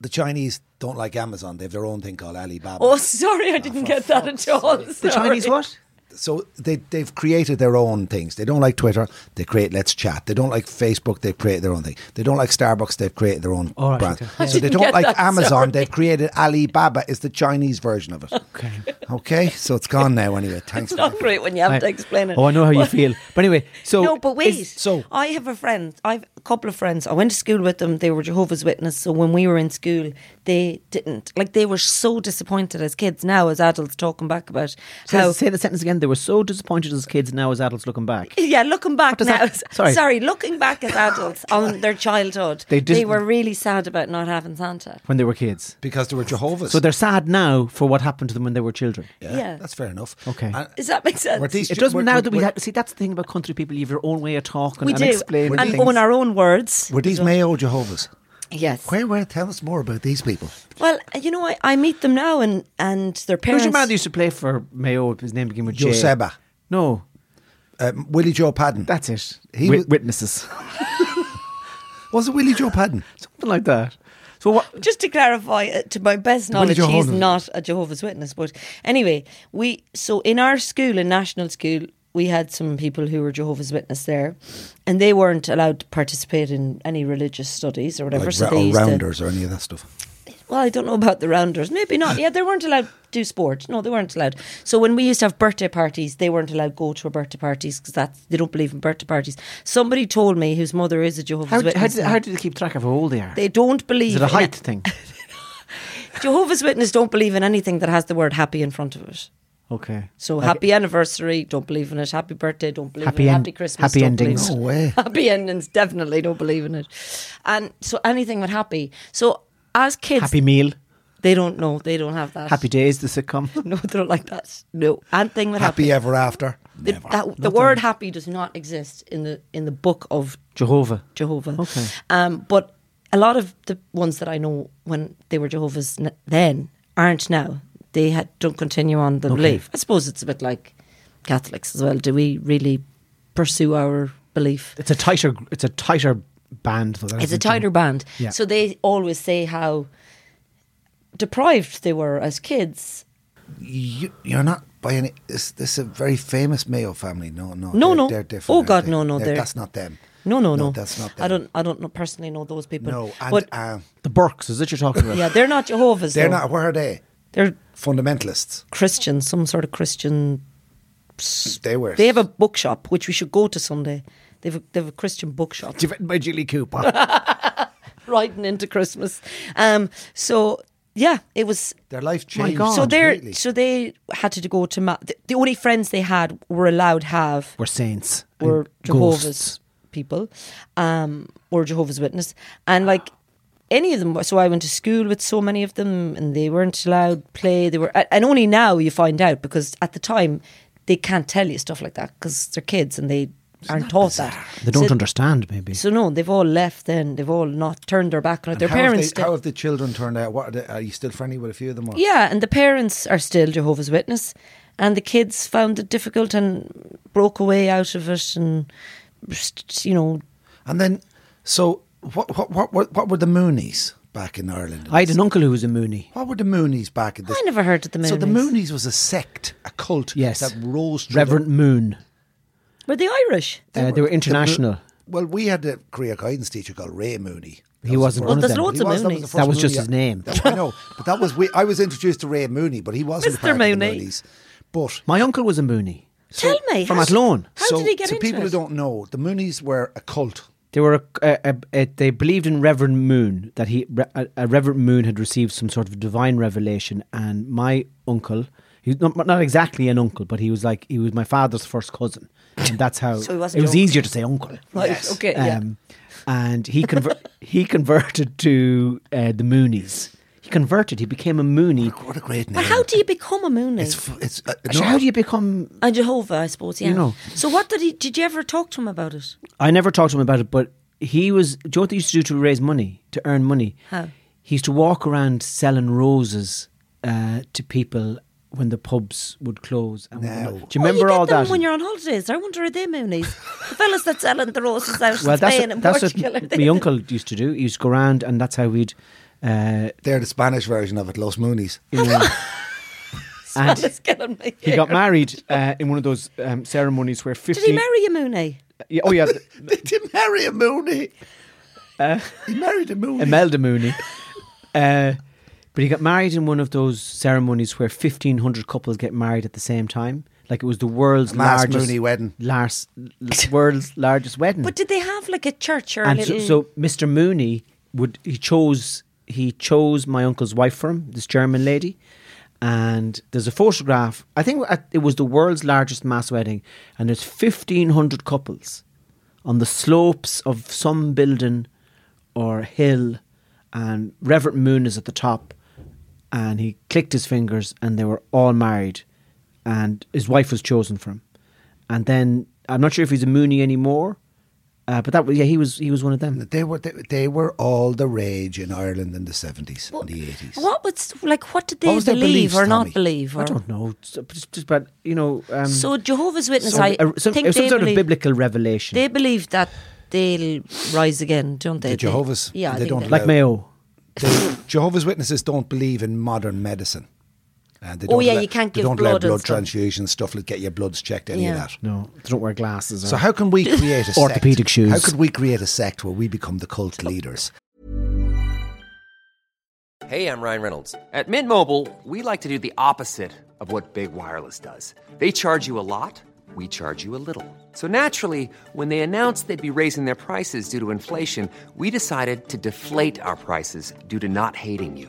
Speaker 3: the Chinese don't like Amazon. They have their own thing called Ali Baba.
Speaker 2: Oh, sorry, I didn't get that at all.
Speaker 1: The Chinese what?
Speaker 3: So they, they've created their own things. They don't like Twitter. They create Let's Chat. They don't like Facebook. They've created their own thing. They don't like Starbucks. They've created their own
Speaker 1: All right,
Speaker 3: brand.
Speaker 1: okay.
Speaker 3: So they
Speaker 2: didn't
Speaker 3: don't
Speaker 2: get
Speaker 3: like
Speaker 2: that,
Speaker 3: Amazon.
Speaker 2: sorry.
Speaker 3: They've created Ali Baba. Is the Chinese version of it. Okay. Okay. So it's gone now anyway. Thanks.
Speaker 2: It's not great when you have to explain it.
Speaker 1: Oh, I know how you
Speaker 2: Well-
Speaker 1: feel. But anyway, so
Speaker 2: no, but wait.
Speaker 1: is-
Speaker 3: so-
Speaker 2: I have a friend. I've a couple of friends. I went to school with them. They were Jehovah's Witness. So when we were in school, they didn't like. They were so disappointed as kids. Now as adults, talking back about
Speaker 1: say,
Speaker 2: how.
Speaker 1: say the sentence again. They were so disappointed as kids. Now, as adults, looking back,
Speaker 2: Yeah, looking back
Speaker 1: does
Speaker 2: now.
Speaker 1: that- sorry.
Speaker 2: looking back as adults on their childhood,
Speaker 1: They
Speaker 2: they,
Speaker 1: didn't-
Speaker 2: were really sad about not having Santa.
Speaker 1: when they were kids,
Speaker 3: Because they were Jehovah's.
Speaker 1: so they're sad now for what happened to them when they were children.
Speaker 3: yeah,
Speaker 2: Yeah.
Speaker 3: That's fair enough.
Speaker 1: Okay.
Speaker 3: And-
Speaker 2: Does that make sense?
Speaker 3: Were these
Speaker 1: It
Speaker 3: ju-
Speaker 1: doesn't
Speaker 3: were-
Speaker 1: now
Speaker 3: were-
Speaker 1: that we
Speaker 3: were-
Speaker 1: ha- see that's the thing about country people. You have your own way of talking
Speaker 2: we
Speaker 1: and
Speaker 2: do,
Speaker 1: explaining.
Speaker 2: and
Speaker 1: things.
Speaker 2: own our own words.
Speaker 3: Were these Mayo Jehovah's?
Speaker 2: Yes.
Speaker 3: Where were? Tell us more about these people.
Speaker 2: Well, you know, I, I meet them now, and and their
Speaker 1: Who's
Speaker 2: parents.
Speaker 1: your man that used to play for Mayo? His name began with J.
Speaker 3: Joseba.
Speaker 1: No,
Speaker 3: Um, Willie Joe Padden.
Speaker 1: that's it.
Speaker 3: He
Speaker 1: Wi-
Speaker 3: was-
Speaker 1: witnesses.
Speaker 3: was it Willie Joe Padden.
Speaker 1: something like that. So what?
Speaker 2: just to clarify, uh, to my best knowledge,
Speaker 3: Jehovah's
Speaker 2: he's
Speaker 3: Witness.
Speaker 2: not a Jehovah's Witness. But anyway, we so in our school, in national school, we had some people who were Jehovah's Witness there, and they weren't allowed to participate in any religious studies or whatever.
Speaker 3: Like
Speaker 2: so
Speaker 3: ra-
Speaker 2: they
Speaker 3: or
Speaker 2: used to-
Speaker 3: rounders or any of that stuff.
Speaker 2: well, I don't know about the rounders. Maybe not. Yeah, they weren't allowed to do sport. No, they weren't allowed. So when we used to have birthday parties, they weren't allowed to go to our birthday parties because that's they don't believe in birthday parties. Somebody told me whose mother is a Jehovah's
Speaker 1: How, how,
Speaker 2: Witness.
Speaker 1: do, how do they keep track of how old they are?
Speaker 2: they don't believe
Speaker 1: Is it a
Speaker 2: in
Speaker 1: height thing?
Speaker 2: Jehovah's Witness don't believe in anything that has the word happy in front of it.
Speaker 1: Okay.
Speaker 2: So
Speaker 1: Like-
Speaker 2: happy anniversary, don't believe in it. Happy birthday, don't believe
Speaker 1: Happy
Speaker 2: in it.
Speaker 1: en-
Speaker 2: Happy Christmas,
Speaker 1: happy
Speaker 2: don't believe
Speaker 1: endings.
Speaker 2: in it.
Speaker 3: No way.
Speaker 2: Happy endings, definitely don't believe in it. And so anything with happy. So as kids,
Speaker 1: Happy meal.
Speaker 2: they don't know, they don't have that.
Speaker 1: Happy days. The sitcom.
Speaker 2: No, they don't like that. No, anything with happy.
Speaker 3: Happy ever after.
Speaker 2: The, that, the word happy does not exist in the in the book of
Speaker 1: Jehovah.
Speaker 2: Jehovah.
Speaker 1: Okay.
Speaker 2: Um, but a lot of the ones that I know when they were Jehovah's n- then aren't now. They had, don't continue on the belief. I suppose it's a bit like Catholics as well. Do we really pursue our belief?
Speaker 1: It's a tighter. It's a tighter band. Though,
Speaker 2: It's a tighter band.
Speaker 1: Yeah.
Speaker 2: So they always say how deprived they were as kids.
Speaker 3: You, you're not by any. Is this a very famous Mayo family? No, no,
Speaker 2: No,
Speaker 3: they're,
Speaker 2: no.
Speaker 3: They're different.
Speaker 2: Oh,
Speaker 3: aren't
Speaker 2: God,
Speaker 3: they?
Speaker 2: no, no,
Speaker 3: They're-
Speaker 2: they're-
Speaker 3: that's not them.
Speaker 2: No, no, no.
Speaker 3: that's not. Them.
Speaker 2: I don't. I don't know personally know those people.
Speaker 3: No, and
Speaker 2: but
Speaker 3: um,
Speaker 1: The Burks. Is that you're talking about?
Speaker 2: yeah, they're not Jehovah's.
Speaker 3: they're
Speaker 2: though.
Speaker 3: not. Where are they?
Speaker 2: They're
Speaker 3: Fundamentalists.
Speaker 2: Christian, some sort of Christian s-
Speaker 3: They were-
Speaker 2: They have a bookshop which we should go to someday. They've a, they've a Christian bookshop.
Speaker 1: Driven by Julie Cooper.
Speaker 2: riding into Christmas. Um, so yeah, it was.
Speaker 3: Their life changed.
Speaker 1: Oh,
Speaker 2: So they
Speaker 3: completely.
Speaker 2: so they had to go to ma- the, the only friends they had were allowed have
Speaker 1: We're saints. and
Speaker 2: were Jehovah's
Speaker 1: ghosts.
Speaker 2: people, um, were Jehovah's Witness, and like any of them. So I went to school with so many of them, and they weren't allowed play. They were, and only now you find out because at the time they can't tell you stuff like that because they're kids and they aren't taught that.
Speaker 1: They don't
Speaker 2: So-
Speaker 1: understand, maybe.
Speaker 2: So no, they've all left. Then they've all not turned their back on it. Their
Speaker 3: how
Speaker 2: parents.
Speaker 3: Have
Speaker 2: did.
Speaker 3: they, how have the children turned out? What are, they, are you still friendly with a few of them? Or?
Speaker 2: Yeah, and the parents are still Jehovah's Witness, and the kids found it difficult and broke away out of it, and just, you know,
Speaker 3: And then, so what? What? What? What, what were the Moonies back in Ireland?
Speaker 1: I had an uncle who was a Mooney.
Speaker 3: What were the Moonies back in this?
Speaker 2: I never heard of the
Speaker 3: So the
Speaker 2: Moonies.
Speaker 3: Moonies was a sect, a cult.
Speaker 1: Yes.
Speaker 3: that rose through
Speaker 1: Reverend Moon.
Speaker 2: were they Irish?
Speaker 1: Uh, they were international.
Speaker 3: the- well, we had a career guidance teacher called Ray Mooney. That
Speaker 1: He
Speaker 3: was the
Speaker 1: wasn't
Speaker 3: first-
Speaker 1: one of
Speaker 2: there's
Speaker 1: them.
Speaker 2: loads
Speaker 3: He
Speaker 2: of
Speaker 3: was,
Speaker 2: Moonies.
Speaker 3: the first
Speaker 1: That was just
Speaker 3: Mooney
Speaker 1: his name.
Speaker 3: That- I know, but that was we, I was introduced to Ray Mooney, but he wasn't
Speaker 2: Mr.
Speaker 3: part of the
Speaker 2: Mooney.
Speaker 3: Moonies. But
Speaker 1: My uncle was a Mooney.
Speaker 2: Tell me,
Speaker 1: from
Speaker 2: how-
Speaker 1: Athlone.
Speaker 2: How
Speaker 3: so,
Speaker 2: did he get
Speaker 3: so
Speaker 2: into
Speaker 3: people
Speaker 2: it?
Speaker 3: who don't know, the Moonies were a cult.
Speaker 1: They were a, a, a, a, they believed in Reverend Moon that he re- a, a Reverend Moon had received some sort of divine revelation, and my uncle, he was not, not exactly an uncle, but he was like he was my father's first cousin, and that's how
Speaker 2: So he wasn't
Speaker 1: it was
Speaker 2: your
Speaker 1: easier to say uncle.
Speaker 2: Right, okay, yeah.
Speaker 1: Um, and he conver- he converted to uh, the Moonies. He converted. He became a Mooney.
Speaker 3: What a great name!
Speaker 2: But how do you become a Mooney?
Speaker 3: It's f- it's uh,
Speaker 1: So
Speaker 3: no,
Speaker 1: how do you become?
Speaker 2: a Jehovah, I suppose. Yeah.
Speaker 1: You know.
Speaker 2: So what did he? Did you ever talk to him about it? Oh,
Speaker 1: I never talked to him about it, but he was. Do you know what they used to do to raise money to earn money?
Speaker 2: How?
Speaker 1: He used to walk around selling roses uh, to people when the pubs would close. And when
Speaker 3: No.
Speaker 1: the- Do you
Speaker 2: Oh,
Speaker 1: remember
Speaker 2: you get
Speaker 1: all
Speaker 2: them
Speaker 1: that?
Speaker 2: when you're on holidays? I wonder are they Moonies? the fellas that's selling the roses out
Speaker 1: well,
Speaker 2: in
Speaker 1: that's
Speaker 2: Spain
Speaker 1: what,
Speaker 2: and
Speaker 1: that's
Speaker 2: Portugal. are
Speaker 1: what
Speaker 2: they?
Speaker 1: my uncle used to do. He used to go around, and that's how we'd. Uh,
Speaker 3: They're the Spanish version of it, Los Moonies.
Speaker 1: you know, and
Speaker 2: That's killing me.
Speaker 1: he got married uh, in one of those um, ceremonies where
Speaker 2: Did he
Speaker 1: fifteen.
Speaker 2: marry a Mooney?
Speaker 1: Yeah, oh yeah, the-
Speaker 3: they did marry a Mooney.
Speaker 1: Uh,
Speaker 3: he married a Mooney.
Speaker 1: Imelda Mooney. Uh, but he got married in one of those ceremonies where 1,500 couples get married at the same time. Like it was the world's
Speaker 3: A mass
Speaker 1: largest
Speaker 3: Mooney wedding.
Speaker 1: Lars, world's largest wedding.
Speaker 2: But did they have like a church or a
Speaker 1: and so,
Speaker 2: little?
Speaker 1: so Mr. Mooney would he chose he chose my uncle's wife for him, this German lady. And there's a photograph. I think at- it was the world's largest mass wedding, and there's 1,500 couples on the slopes of some building or hill, and Reverend Moon is at the top, and he clicked his fingers, and they were all married, and his wife was chosen for him. And then I'm not sure if he's a Mooney anymore, uh, but that was yeah, he was he was one of them.
Speaker 3: They were they, they were all the rage in Ireland in the seventies and the eighties.
Speaker 2: What was like? What did they
Speaker 3: What was their
Speaker 2: believe
Speaker 3: beliefs,
Speaker 2: or
Speaker 3: Tommy?
Speaker 2: not believe? Or?
Speaker 1: I don't know, it's just, just about you know. Um,
Speaker 2: So Jehovah's Witness,
Speaker 1: some,
Speaker 2: I
Speaker 3: uh,
Speaker 1: a- some,
Speaker 2: think
Speaker 1: some
Speaker 2: they
Speaker 1: sort
Speaker 2: believe,
Speaker 1: of biblical revelation,
Speaker 2: they believe that they'll rise again, don't they?
Speaker 3: The Jehovah's-
Speaker 2: They, yeah, I
Speaker 3: they
Speaker 2: think
Speaker 3: don't
Speaker 2: they-
Speaker 1: like Mayo.
Speaker 3: Jehovah's Witnesses don't believe in modern medicine. And they
Speaker 2: Oh,
Speaker 3: don't
Speaker 2: yeah,
Speaker 3: allow-
Speaker 2: you can't
Speaker 3: they
Speaker 2: give
Speaker 3: don't allow
Speaker 2: blood and
Speaker 3: blood
Speaker 2: stuff.
Speaker 3: transfusion stuff. Like get your bloods checked, any
Speaker 2: Yeah.
Speaker 3: of that.
Speaker 1: No, they don't wear glasses. Or,
Speaker 3: So how can we create a sect?
Speaker 1: Orthopedic shoes.
Speaker 3: How could we create a sect where we become the cult leaders?
Speaker 6: Hey, I'm Ryan Reynolds. At Mint Mobile, we like to do the opposite of what Big Wireless does. They charge you a lot, we charge you a little. So naturally, when they announced they'd be raising their prices due to inflation, we decided to deflate our prices due to not hating you.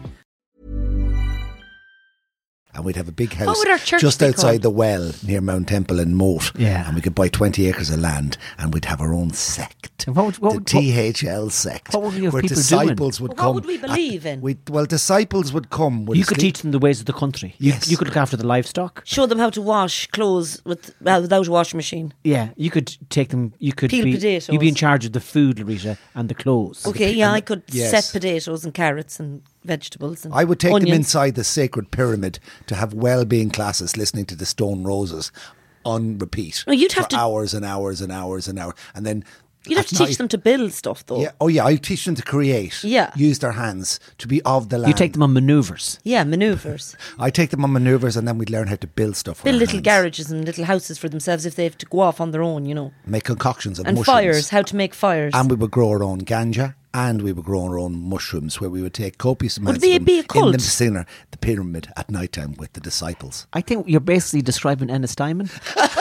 Speaker 3: and we'd have a big house
Speaker 2: would our church
Speaker 3: just
Speaker 2: be
Speaker 3: outside
Speaker 2: called?
Speaker 3: the well near Mount Temple and Moat.
Speaker 1: Yeah.
Speaker 3: And we could buy 20 acres of land and we'd have our own sect.
Speaker 1: And what would- what
Speaker 3: the
Speaker 1: would-
Speaker 3: THL sect.
Speaker 1: what would we have
Speaker 3: where
Speaker 1: people
Speaker 3: disciples would
Speaker 2: What
Speaker 3: come.
Speaker 2: would we
Speaker 3: at-
Speaker 2: believe in?
Speaker 3: we'd- well, disciples would come. With
Speaker 1: You
Speaker 3: a
Speaker 1: could
Speaker 3: sleep-
Speaker 1: teach them the ways of the country. You,
Speaker 3: Yes.
Speaker 1: you could look after the livestock.
Speaker 2: Show them how to wash clothes with well, without a washing machine.
Speaker 1: Yeah, you could take them. You could
Speaker 2: Peel
Speaker 1: be.
Speaker 2: potatoes.
Speaker 1: You'd be in charge of the food, Larita, and the clothes.
Speaker 2: Okay, yeah, I could
Speaker 3: yes.
Speaker 2: set potatoes and carrots and vegetables. And
Speaker 3: I would take them
Speaker 2: onions.
Speaker 3: inside the sacred pyramid to have well-being classes listening to the Stone Roses on repeat.
Speaker 2: No, you'd have
Speaker 3: for
Speaker 2: to-
Speaker 3: hours and hours and hours and hours, and then
Speaker 2: You'd have
Speaker 3: at
Speaker 2: to
Speaker 3: night-
Speaker 2: teach them to build stuff, though.
Speaker 3: Yeah. Oh yeah, I teach them to create.
Speaker 2: Yeah.
Speaker 3: Use their hands to be of the land.
Speaker 1: You take them on manoeuvres.
Speaker 2: Yeah, maneuvers.
Speaker 3: I take them on maneuvers, and then we'd learn how to build stuff. with
Speaker 2: build
Speaker 3: our
Speaker 2: little
Speaker 3: hands.
Speaker 2: garages and little houses for themselves if they have to go off on their own, you know.
Speaker 3: Make concoctions of
Speaker 2: And
Speaker 3: mushrooms.
Speaker 2: fires, how to make fires.
Speaker 3: And we would grow our own ganja, and we would grow our own mushrooms, where we would take copious amounts
Speaker 2: they
Speaker 3: of them
Speaker 2: be a
Speaker 3: in
Speaker 2: cult?
Speaker 3: the vicinity, the pyramid at night time with the disciples.
Speaker 1: I think you're basically describing Ennis Diamond.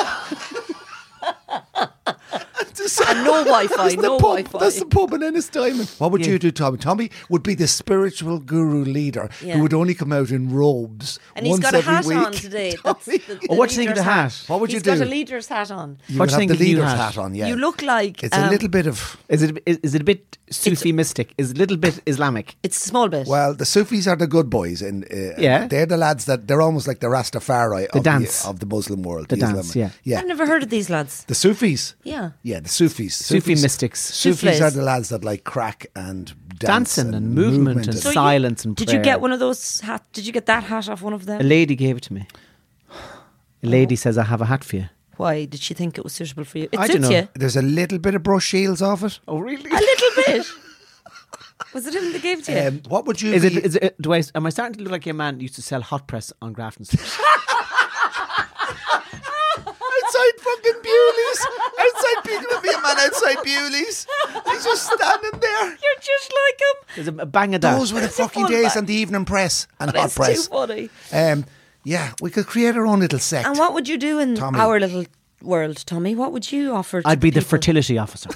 Speaker 2: and no Wi-Fi,
Speaker 3: That's the
Speaker 2: no
Speaker 3: pub.
Speaker 2: Wi-Fi.
Speaker 3: That's the pub in Ennis Diamond. What would you do, Tommy? Tommy would be the spiritual guru leader
Speaker 2: Yeah.
Speaker 3: who would only come out in robes
Speaker 2: and
Speaker 3: once
Speaker 2: he's got a
Speaker 3: every
Speaker 2: hat
Speaker 3: week.
Speaker 2: on today. That's
Speaker 3: Tommy,
Speaker 2: the,
Speaker 1: Oh, what do you think of the
Speaker 2: leader's
Speaker 1: hat?
Speaker 3: What would you
Speaker 2: He's got a
Speaker 3: do?
Speaker 2: leader's hat on.
Speaker 3: you would
Speaker 1: What do you
Speaker 3: have
Speaker 1: think
Speaker 3: the
Speaker 1: of the new
Speaker 3: leader's
Speaker 1: hat?
Speaker 3: hat? on. Yeah,
Speaker 2: You look like,
Speaker 3: it's a
Speaker 2: um,
Speaker 3: little bit of.
Speaker 1: Is it is, is it a bit Sufi mystic? Is it a little bit Islamic?
Speaker 2: It's a small bit.
Speaker 3: Well, the Sufis are the good boys, and uh,
Speaker 1: Yeah.
Speaker 3: they're the lads that they're almost like the Rastafari of,
Speaker 1: dance.
Speaker 3: The, of the Muslim world.
Speaker 1: The
Speaker 3: Islam.
Speaker 1: dance, yeah.
Speaker 3: yeah.
Speaker 2: I've never heard of these lads.
Speaker 3: The Sufis.
Speaker 2: Yeah.
Speaker 3: Yeah, the Sufis.
Speaker 1: Sufi mystics.
Speaker 3: Sufis
Speaker 2: Sufis.
Speaker 3: are the lads that like crack and dance
Speaker 1: Dancing and movement and
Speaker 2: So you-
Speaker 1: Silence and
Speaker 2: Did you
Speaker 1: prayer.
Speaker 2: get one of those hat? Did you get that hat off one of
Speaker 1: A
Speaker 2: them?
Speaker 1: lady gave it to me. A lady says, "I have a hat for you."
Speaker 2: Why did she think it was suitable for you? It
Speaker 1: I
Speaker 2: suits
Speaker 1: dunno.
Speaker 2: you.
Speaker 3: There's a little bit of brush shields of it.
Speaker 1: Oh, really?
Speaker 2: A little bit. Was it him that gave it to you?
Speaker 3: Um, what would you?
Speaker 1: Is it?
Speaker 3: be-
Speaker 1: Is it? Do I? Am I starting to look like a man that used to sell hot press on Grafton Street?
Speaker 3: outside fucking Bewley's? outside, you're gonna be a man outside Bewley's. He's just standing there.
Speaker 2: You're just like him.
Speaker 1: There's a bang of that.
Speaker 3: Those were the
Speaker 2: It's a
Speaker 3: fucking
Speaker 2: fullback.
Speaker 3: days on the evening press and hot
Speaker 2: That's too
Speaker 3: press.
Speaker 2: funny.
Speaker 3: Um, yeah, we could create our own little sect.
Speaker 2: And what would you do in
Speaker 3: Tommy.
Speaker 2: our little world, Tommy? What would you offer? To
Speaker 1: I'd be the
Speaker 2: people?
Speaker 1: fertility officer.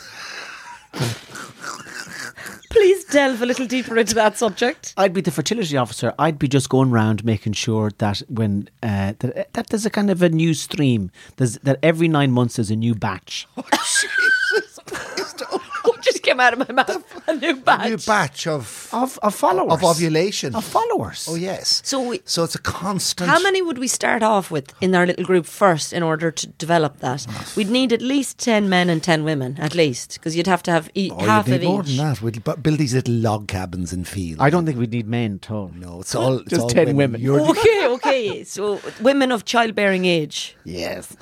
Speaker 2: Please delve a little deeper into that subject.
Speaker 1: I'd be the fertility officer. I'd be just going round making sure that when uh, that, that there's a kind of a new stream. There's that every nine months there's a new batch.
Speaker 3: Jesus Christ!
Speaker 2: What just came out of my mouth? A new
Speaker 3: A new
Speaker 2: batch.
Speaker 3: batch of
Speaker 1: of, of followers
Speaker 3: of ovulation.
Speaker 1: of followers.
Speaker 3: Oh yes.
Speaker 2: So we-
Speaker 3: so it's a constant.
Speaker 2: How many would we start off with in our little group first in order to develop that? We'd need at least 10 men and 10 women, at least, because you'd have to have e-
Speaker 3: Oh,
Speaker 2: half
Speaker 3: you'd
Speaker 2: of
Speaker 3: need more than
Speaker 2: each.
Speaker 3: that. We'd bu- build these little log cabins in fields.
Speaker 1: I don't think we'd need men at all.
Speaker 3: know. It's all it's
Speaker 1: Just
Speaker 3: all
Speaker 1: 10 women.
Speaker 3: You're the-
Speaker 2: Okay, okay. So women of childbearing age,
Speaker 3: yes.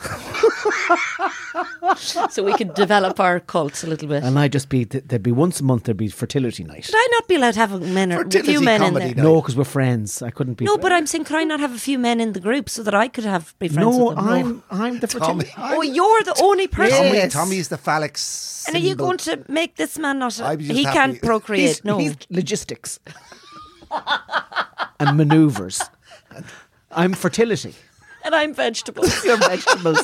Speaker 2: so we could develop our cults a little bit.
Speaker 1: And I'd just be th- there'd be once a month there'd be fertility night.
Speaker 2: Could I not be allowed to have a men or a
Speaker 3: Fertility
Speaker 2: few men in
Speaker 3: comedy
Speaker 2: there?
Speaker 3: night.
Speaker 1: No, because we're friends. I couldn't be.
Speaker 2: No, but I'm saying, could I not have a few men in the group so that I could have be friends
Speaker 1: no,
Speaker 2: with them?
Speaker 1: I'm I'm the
Speaker 3: Tommy.
Speaker 1: fertility.
Speaker 2: Oh, you're the only person.
Speaker 3: Tommy, Tommy is the phallic.
Speaker 2: and are you
Speaker 3: symbol.
Speaker 2: going to make this man not?
Speaker 3: I'd be just
Speaker 2: he
Speaker 3: happy-
Speaker 2: can't procreate.
Speaker 1: He's-
Speaker 2: no,
Speaker 1: he's logistics and maneuvers. I'm fertility
Speaker 2: and I'm vegetables.
Speaker 1: You're vegetables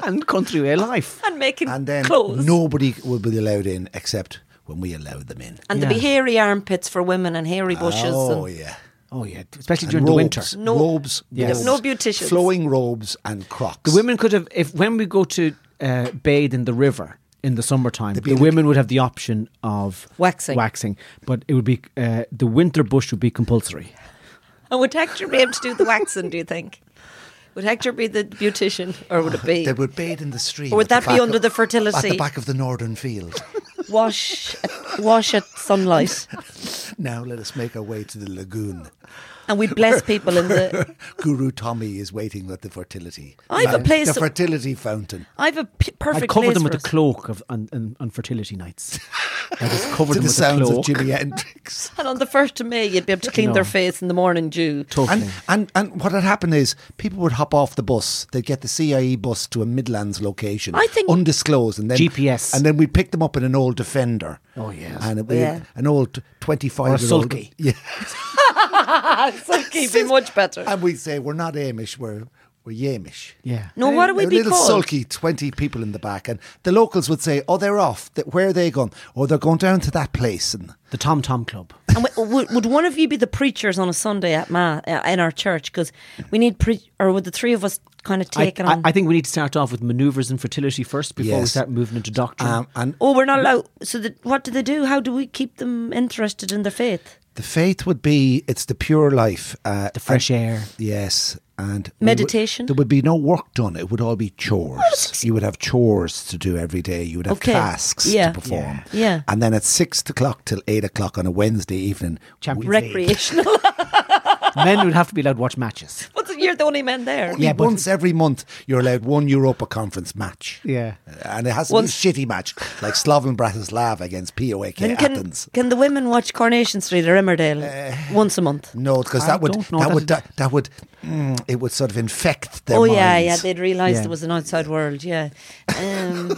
Speaker 1: and country way life.
Speaker 2: and making
Speaker 3: And then
Speaker 2: clothes.
Speaker 3: nobody will be allowed in except when we allow them in.
Speaker 2: And there'll be hairy armpits for women and hairy bushes.
Speaker 3: oh
Speaker 2: and
Speaker 3: yeah.
Speaker 1: Oh yeah, especially
Speaker 3: And
Speaker 1: during the winter.
Speaker 3: robes,
Speaker 2: No-
Speaker 3: robes, robes,
Speaker 1: Yes.
Speaker 2: No beauticians.
Speaker 3: flowing robes and crocs.
Speaker 1: The women could have if when we go to uh, bathe in the river in the summertime, the women would have the option of
Speaker 2: Waxing.
Speaker 1: waxing, but it would be uh, the winter bush would be compulsory.
Speaker 2: And would Hector be able to do the waxing? Do you think? Would Hector be the beautician, or would it be
Speaker 3: They would bathe in the stream.
Speaker 2: Or would that
Speaker 3: at
Speaker 2: be
Speaker 3: back
Speaker 2: under
Speaker 3: of-
Speaker 2: the fertility?
Speaker 3: At the back of the northern field.
Speaker 2: wash, at, wash at sunlight?
Speaker 3: now let us make our way to the lagoon.
Speaker 2: And we bless people in the.
Speaker 3: Guru Tommy is waiting at the fertility.
Speaker 2: I have a
Speaker 3: fountain-
Speaker 2: place-
Speaker 3: The fertility fountain.
Speaker 2: I have a p- perfect.
Speaker 1: I'd cover
Speaker 2: place
Speaker 1: them with
Speaker 2: for us.
Speaker 1: a cloak of on, on, on fertility nights. I just covered
Speaker 3: To
Speaker 1: them
Speaker 3: the
Speaker 1: with a
Speaker 3: sounds of
Speaker 1: cloak.
Speaker 3: Jimi Hendrix.
Speaker 2: And on the first of May, you'd be able to clean
Speaker 1: No.
Speaker 2: their face in the morning dew.
Speaker 1: Totally.
Speaker 3: And, and and what had happened is people would hop off the bus. They'd get the CIE bus to a Midlands location,
Speaker 2: I think-
Speaker 3: undisclosed, and then
Speaker 1: GPS.
Speaker 3: and then we'd pick them up in an old Defender.
Speaker 1: Oh, yes.
Speaker 3: and it'd be
Speaker 2: Yeah.
Speaker 3: an old twenty-five
Speaker 1: Or a
Speaker 3: year old
Speaker 1: sulky.
Speaker 3: Yeah,
Speaker 2: Ah, Sulky be much better.
Speaker 3: And we say we're not Amish, we're we're Yamish.
Speaker 1: Yeah.
Speaker 2: no, what do we
Speaker 3: a
Speaker 2: be
Speaker 3: little
Speaker 2: called?
Speaker 3: sulky, twenty people in the back, and the locals would say, "Oh, they're off. Th- Where are they going? Oh, they're going down to that place." And
Speaker 1: The Tom Tom Club.
Speaker 2: And w- would, would one of you be the preachers on a Sunday at ma uh, in our church? Because we need pre, or would the three of us kind of
Speaker 1: I,
Speaker 2: take it
Speaker 1: I-
Speaker 2: on?
Speaker 1: I think we need to start off with maneuvers and fertility first before we
Speaker 3: Yes.
Speaker 1: start moving into doctrine.
Speaker 3: um, and
Speaker 2: oh, we're not allowed. So, that what do they do? How do we keep them interested in their faith?
Speaker 3: the faith would be it's the pure life, uh,
Speaker 1: the fresh air.
Speaker 3: Yes, and we would-
Speaker 2: Meditation?
Speaker 3: there would be no work done. It would all be chores. You would have chores to do every day. You would have
Speaker 2: Okay.
Speaker 3: tasks
Speaker 2: Yeah.
Speaker 3: to perform.
Speaker 2: Yeah. Yeah.
Speaker 3: and then at six o'clock till eight o'clock on a Wednesday evening,
Speaker 1: Champions League.
Speaker 2: Recreational.
Speaker 1: Men would have to be allowed to watch matches.
Speaker 2: What's it- You're the only men there.
Speaker 3: only once every month you're allowed one Europa Conference match.
Speaker 1: Yeah.
Speaker 3: and it has to
Speaker 2: Once-
Speaker 3: be a shitty match like Slaven Bratislava against POAK
Speaker 2: Then can,
Speaker 3: Athens.
Speaker 2: can the women watch Coronation Street or
Speaker 3: Uh,
Speaker 2: Emmerdale once a month?
Speaker 3: No, because
Speaker 1: I
Speaker 3: that would
Speaker 1: don't know
Speaker 3: that
Speaker 1: that
Speaker 3: would
Speaker 1: it-
Speaker 3: that, that would mm, it would sort of infect their
Speaker 2: oh
Speaker 3: minds.
Speaker 2: yeah, yeah. They'd realise
Speaker 1: Yeah.
Speaker 2: there was an outside world. Yeah. Um,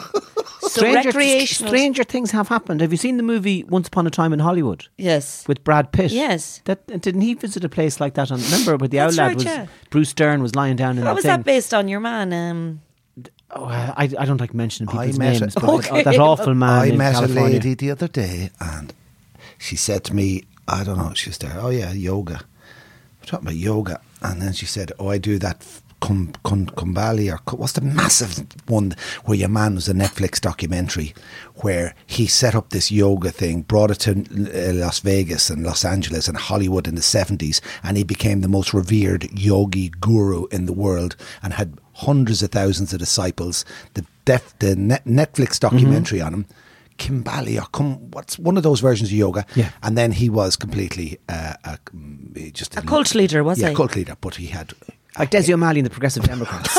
Speaker 2: so
Speaker 1: Stranger,
Speaker 2: recreational.
Speaker 1: stranger things have happened. Have you seen the movie Once Upon a Time in Hollywood?
Speaker 2: yes.
Speaker 1: with Brad Pitt.
Speaker 2: Yes.
Speaker 1: that uh, didn't he visit a place like that? On, remember where the owl
Speaker 2: That's
Speaker 1: lad
Speaker 2: right,
Speaker 1: was?
Speaker 2: yeah.
Speaker 1: Bruce Dern was lying down in
Speaker 2: What
Speaker 1: the
Speaker 2: was
Speaker 1: thing.
Speaker 2: that based on? Your man. Um,
Speaker 1: Oh, I, I I don't like mentioning
Speaker 3: I
Speaker 1: people's
Speaker 3: met a-
Speaker 1: names, but that-
Speaker 2: Okay.
Speaker 1: that, awful man
Speaker 3: I
Speaker 1: in
Speaker 3: met
Speaker 1: California.
Speaker 3: a lady the other day, and she said to me, "I don't know." She was there. Oh yeah, yoga. We're talking about yoga, and then she said, "Oh, I do that." Kum, kum, Kumbali or Ku- what's the massive one where your man was a Netflix documentary where he set up this yoga thing, brought it to uh, Las Vegas and Los Angeles and Hollywood in the 70s, and he became the most revered yogi guru in the world and had hundreds of thousands of disciples. The, def- the net- Netflix documentary on him Kimbali or Kum, what's one of those versions of yoga?
Speaker 1: Yeah.
Speaker 3: and then he was completely uh, a, mm, just
Speaker 2: A cult leader, was
Speaker 3: yeah,
Speaker 2: he?
Speaker 3: cult leader, but he had
Speaker 1: Like Desi O'Malley in the Progressive Democrats.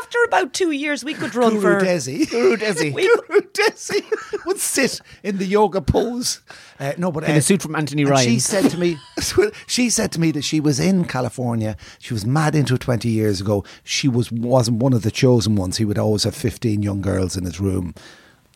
Speaker 2: After about two years, we could run
Speaker 3: Guru
Speaker 2: for.
Speaker 3: Desi. Guru Desi. Guru Desi would sit in the yoga pose. Uh, no, but
Speaker 1: In a suit from Anthony
Speaker 3: and
Speaker 1: Ryan.
Speaker 3: She said to me, she said to me that she was in California. She was mad into it twenty years ago. She was wasn't one of the chosen ones. He would always have fifteen young girls in his room.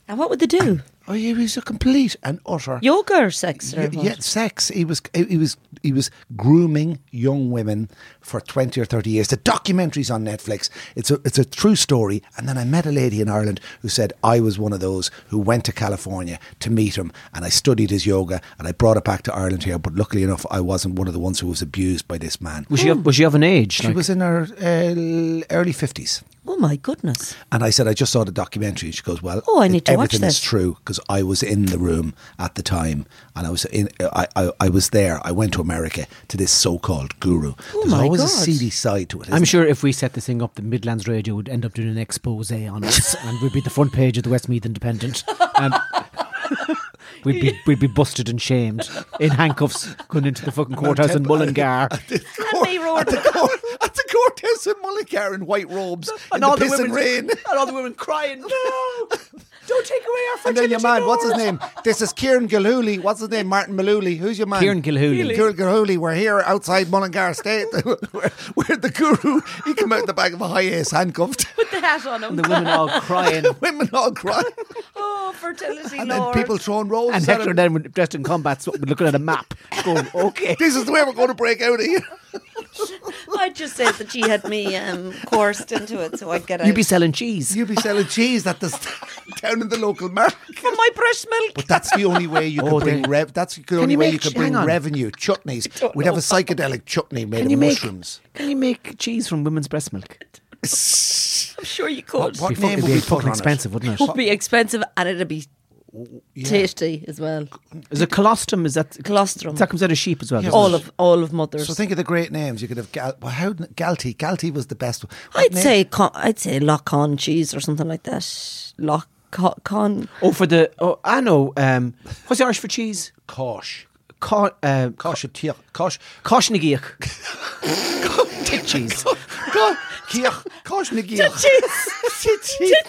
Speaker 2: And what would they do?
Speaker 3: Oh, he was a complete and utter
Speaker 2: Yoga or sex? Or
Speaker 3: Y-
Speaker 2: what?
Speaker 3: yeah, sex. He was he was he was grooming young women for twenty or thirty years. The documentaries on Netflix. It's a it's a true story. And then I met a lady in Ireland who said I was one of those who went to California to meet him, and I studied his yoga, and I brought it back to Ireland here. But luckily enough, I wasn't one of the ones who was abused by this man.
Speaker 1: was she of, was she of an age?
Speaker 3: She
Speaker 1: Like,
Speaker 3: was in her uh, early fifties.
Speaker 2: Oh my goodness!
Speaker 3: And I said, I just saw the documentary. And she goes, Well,
Speaker 2: Oh, I need
Speaker 3: it-
Speaker 2: to watch
Speaker 3: everything is
Speaker 2: this.
Speaker 3: true because I was in the room at the time, and I was in. I, I, I was there. I went to America to this so-called guru. There's
Speaker 2: Oh my
Speaker 3: always a
Speaker 2: God.
Speaker 3: seedy side to it.
Speaker 1: I'm
Speaker 3: isn't
Speaker 1: sure if we set this thing up, the Midlands Radio would end up doing an expose on us, and we'd be the front page of the Westmeath Independent. And we'd be we'd be busted and shamed in handcuffs, going into the fucking courthouse in Mullingar.
Speaker 2: And they roared.
Speaker 3: At the, court, at the courthouse in Mullingar in white robes in the piss and rain.
Speaker 1: and all the women crying, "No, don't take away our
Speaker 3: And then your man, what's his name? This is Kieran Gilhooly. What's his name? Martin Malooly. Who's your man?
Speaker 1: Kieran Gilhooly.
Speaker 3: Kieran Gilhooly. We're here outside Mullingar State. where, where the guru, he came out the back of a high ace handcuffed.
Speaker 2: Put the hat on them.
Speaker 1: The women all crying.
Speaker 3: Women all crying.
Speaker 2: Oh, fertility
Speaker 3: And then
Speaker 2: lord.
Speaker 3: people throwing rolls.
Speaker 1: And
Speaker 3: at
Speaker 1: Hector
Speaker 3: him.
Speaker 1: and then when dressed in combat, sw- looking at a map, going, okay.
Speaker 3: this is the way we're going to break out of here.
Speaker 2: I just said that she had me um, coerced into it, so I'd get out.
Speaker 1: You'd be selling cheese.
Speaker 3: You'll be selling cheese at this down in the local market.
Speaker 2: for my breast milk.
Speaker 3: But that's the only way you can
Speaker 1: Oh,
Speaker 3: bring
Speaker 1: they-
Speaker 3: rev. That's the only
Speaker 1: you
Speaker 3: way
Speaker 1: make
Speaker 3: you can
Speaker 1: ch-
Speaker 3: bring
Speaker 1: hang on.
Speaker 3: revenue. Chutneys. We'd have a psychedelic chutney made
Speaker 1: Can
Speaker 3: of
Speaker 1: you make
Speaker 3: mushrooms.
Speaker 1: Can you make cheese from women's breast milk?
Speaker 2: I'm sure you could.
Speaker 3: What
Speaker 1: It'd
Speaker 3: name
Speaker 1: it'd
Speaker 3: would we put
Speaker 1: fucking
Speaker 3: on it?
Speaker 1: expensive, wouldn't
Speaker 2: Would
Speaker 1: it?
Speaker 2: be expensive and it'd be
Speaker 3: Oh,
Speaker 2: tasty as well.
Speaker 1: Is it colostrum? Is that
Speaker 2: Colostrum.
Speaker 1: That comes out of sheep as well. doesn't
Speaker 2: All
Speaker 1: it?
Speaker 2: of all of mothers.
Speaker 3: So think of the great names you could have. Gal- well, how Galti? Galti was the best. one. What
Speaker 2: I'd
Speaker 3: name-
Speaker 2: say con, I'd say lock on cheese or something like that. Lock co- con.
Speaker 1: Oh, for the oh, I know. Um, what's the Irish for cheese?
Speaker 3: Kosh.
Speaker 1: Co- uh,
Speaker 3: Kosh. Kosh. Kosh.
Speaker 1: Koshnagiak.
Speaker 3: Cheese. Kosh. Oh, Kosh. Kosh.
Speaker 2: Cheese.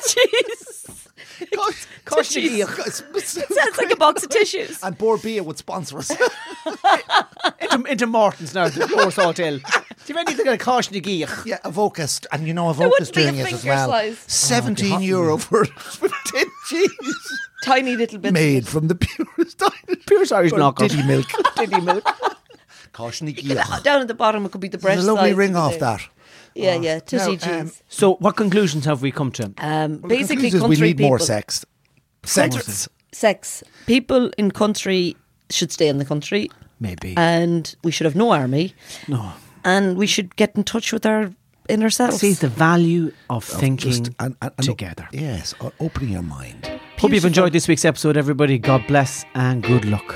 Speaker 2: cheese.
Speaker 3: Kosh.
Speaker 2: cheese. Sounds
Speaker 3: Sounds
Speaker 2: like a box of tissues.
Speaker 3: And Borbia would sponsor us.
Speaker 1: into, into Morton's now. The horse hotel. Do you have anything like Koshnagiak?
Speaker 3: Yeah, Avocus, and you know
Speaker 2: wouldn't
Speaker 3: Avocus
Speaker 2: be a
Speaker 1: Oh,
Speaker 3: doing it as
Speaker 2: finger
Speaker 3: well.
Speaker 2: slice.
Speaker 3: Seventeen euro for, for tin cheese.
Speaker 2: tiny little bits.
Speaker 3: made from the purest Irish.
Speaker 1: Pure Irish
Speaker 3: Or
Speaker 1: knockoff.
Speaker 3: Diddy milk.
Speaker 2: Diddy milk.
Speaker 3: Caution
Speaker 2: Down at the bottom, it could be the breast.
Speaker 3: There's a lovely
Speaker 2: size
Speaker 3: ring
Speaker 2: of
Speaker 3: off
Speaker 2: it.
Speaker 3: that.
Speaker 2: Yeah, yeah, tussy
Speaker 3: Now, um,
Speaker 2: cheese.
Speaker 1: So, what conclusions have we come to?
Speaker 2: Um,
Speaker 3: Well, the
Speaker 2: basically,
Speaker 3: conclusion is we
Speaker 2: country
Speaker 3: need more
Speaker 2: people-
Speaker 3: sex. Sex.
Speaker 2: Sex. People in country should stay in the country,
Speaker 1: Maybe.
Speaker 2: and we should have no army,
Speaker 1: no.
Speaker 2: and we should get in touch with our inner selves.
Speaker 1: See the value of thinking
Speaker 3: Just- and- and- and-
Speaker 1: together.
Speaker 3: Yes, o- opening your mind.
Speaker 1: Hope you've enjoyed this week's episode, everybody. God bless and good luck.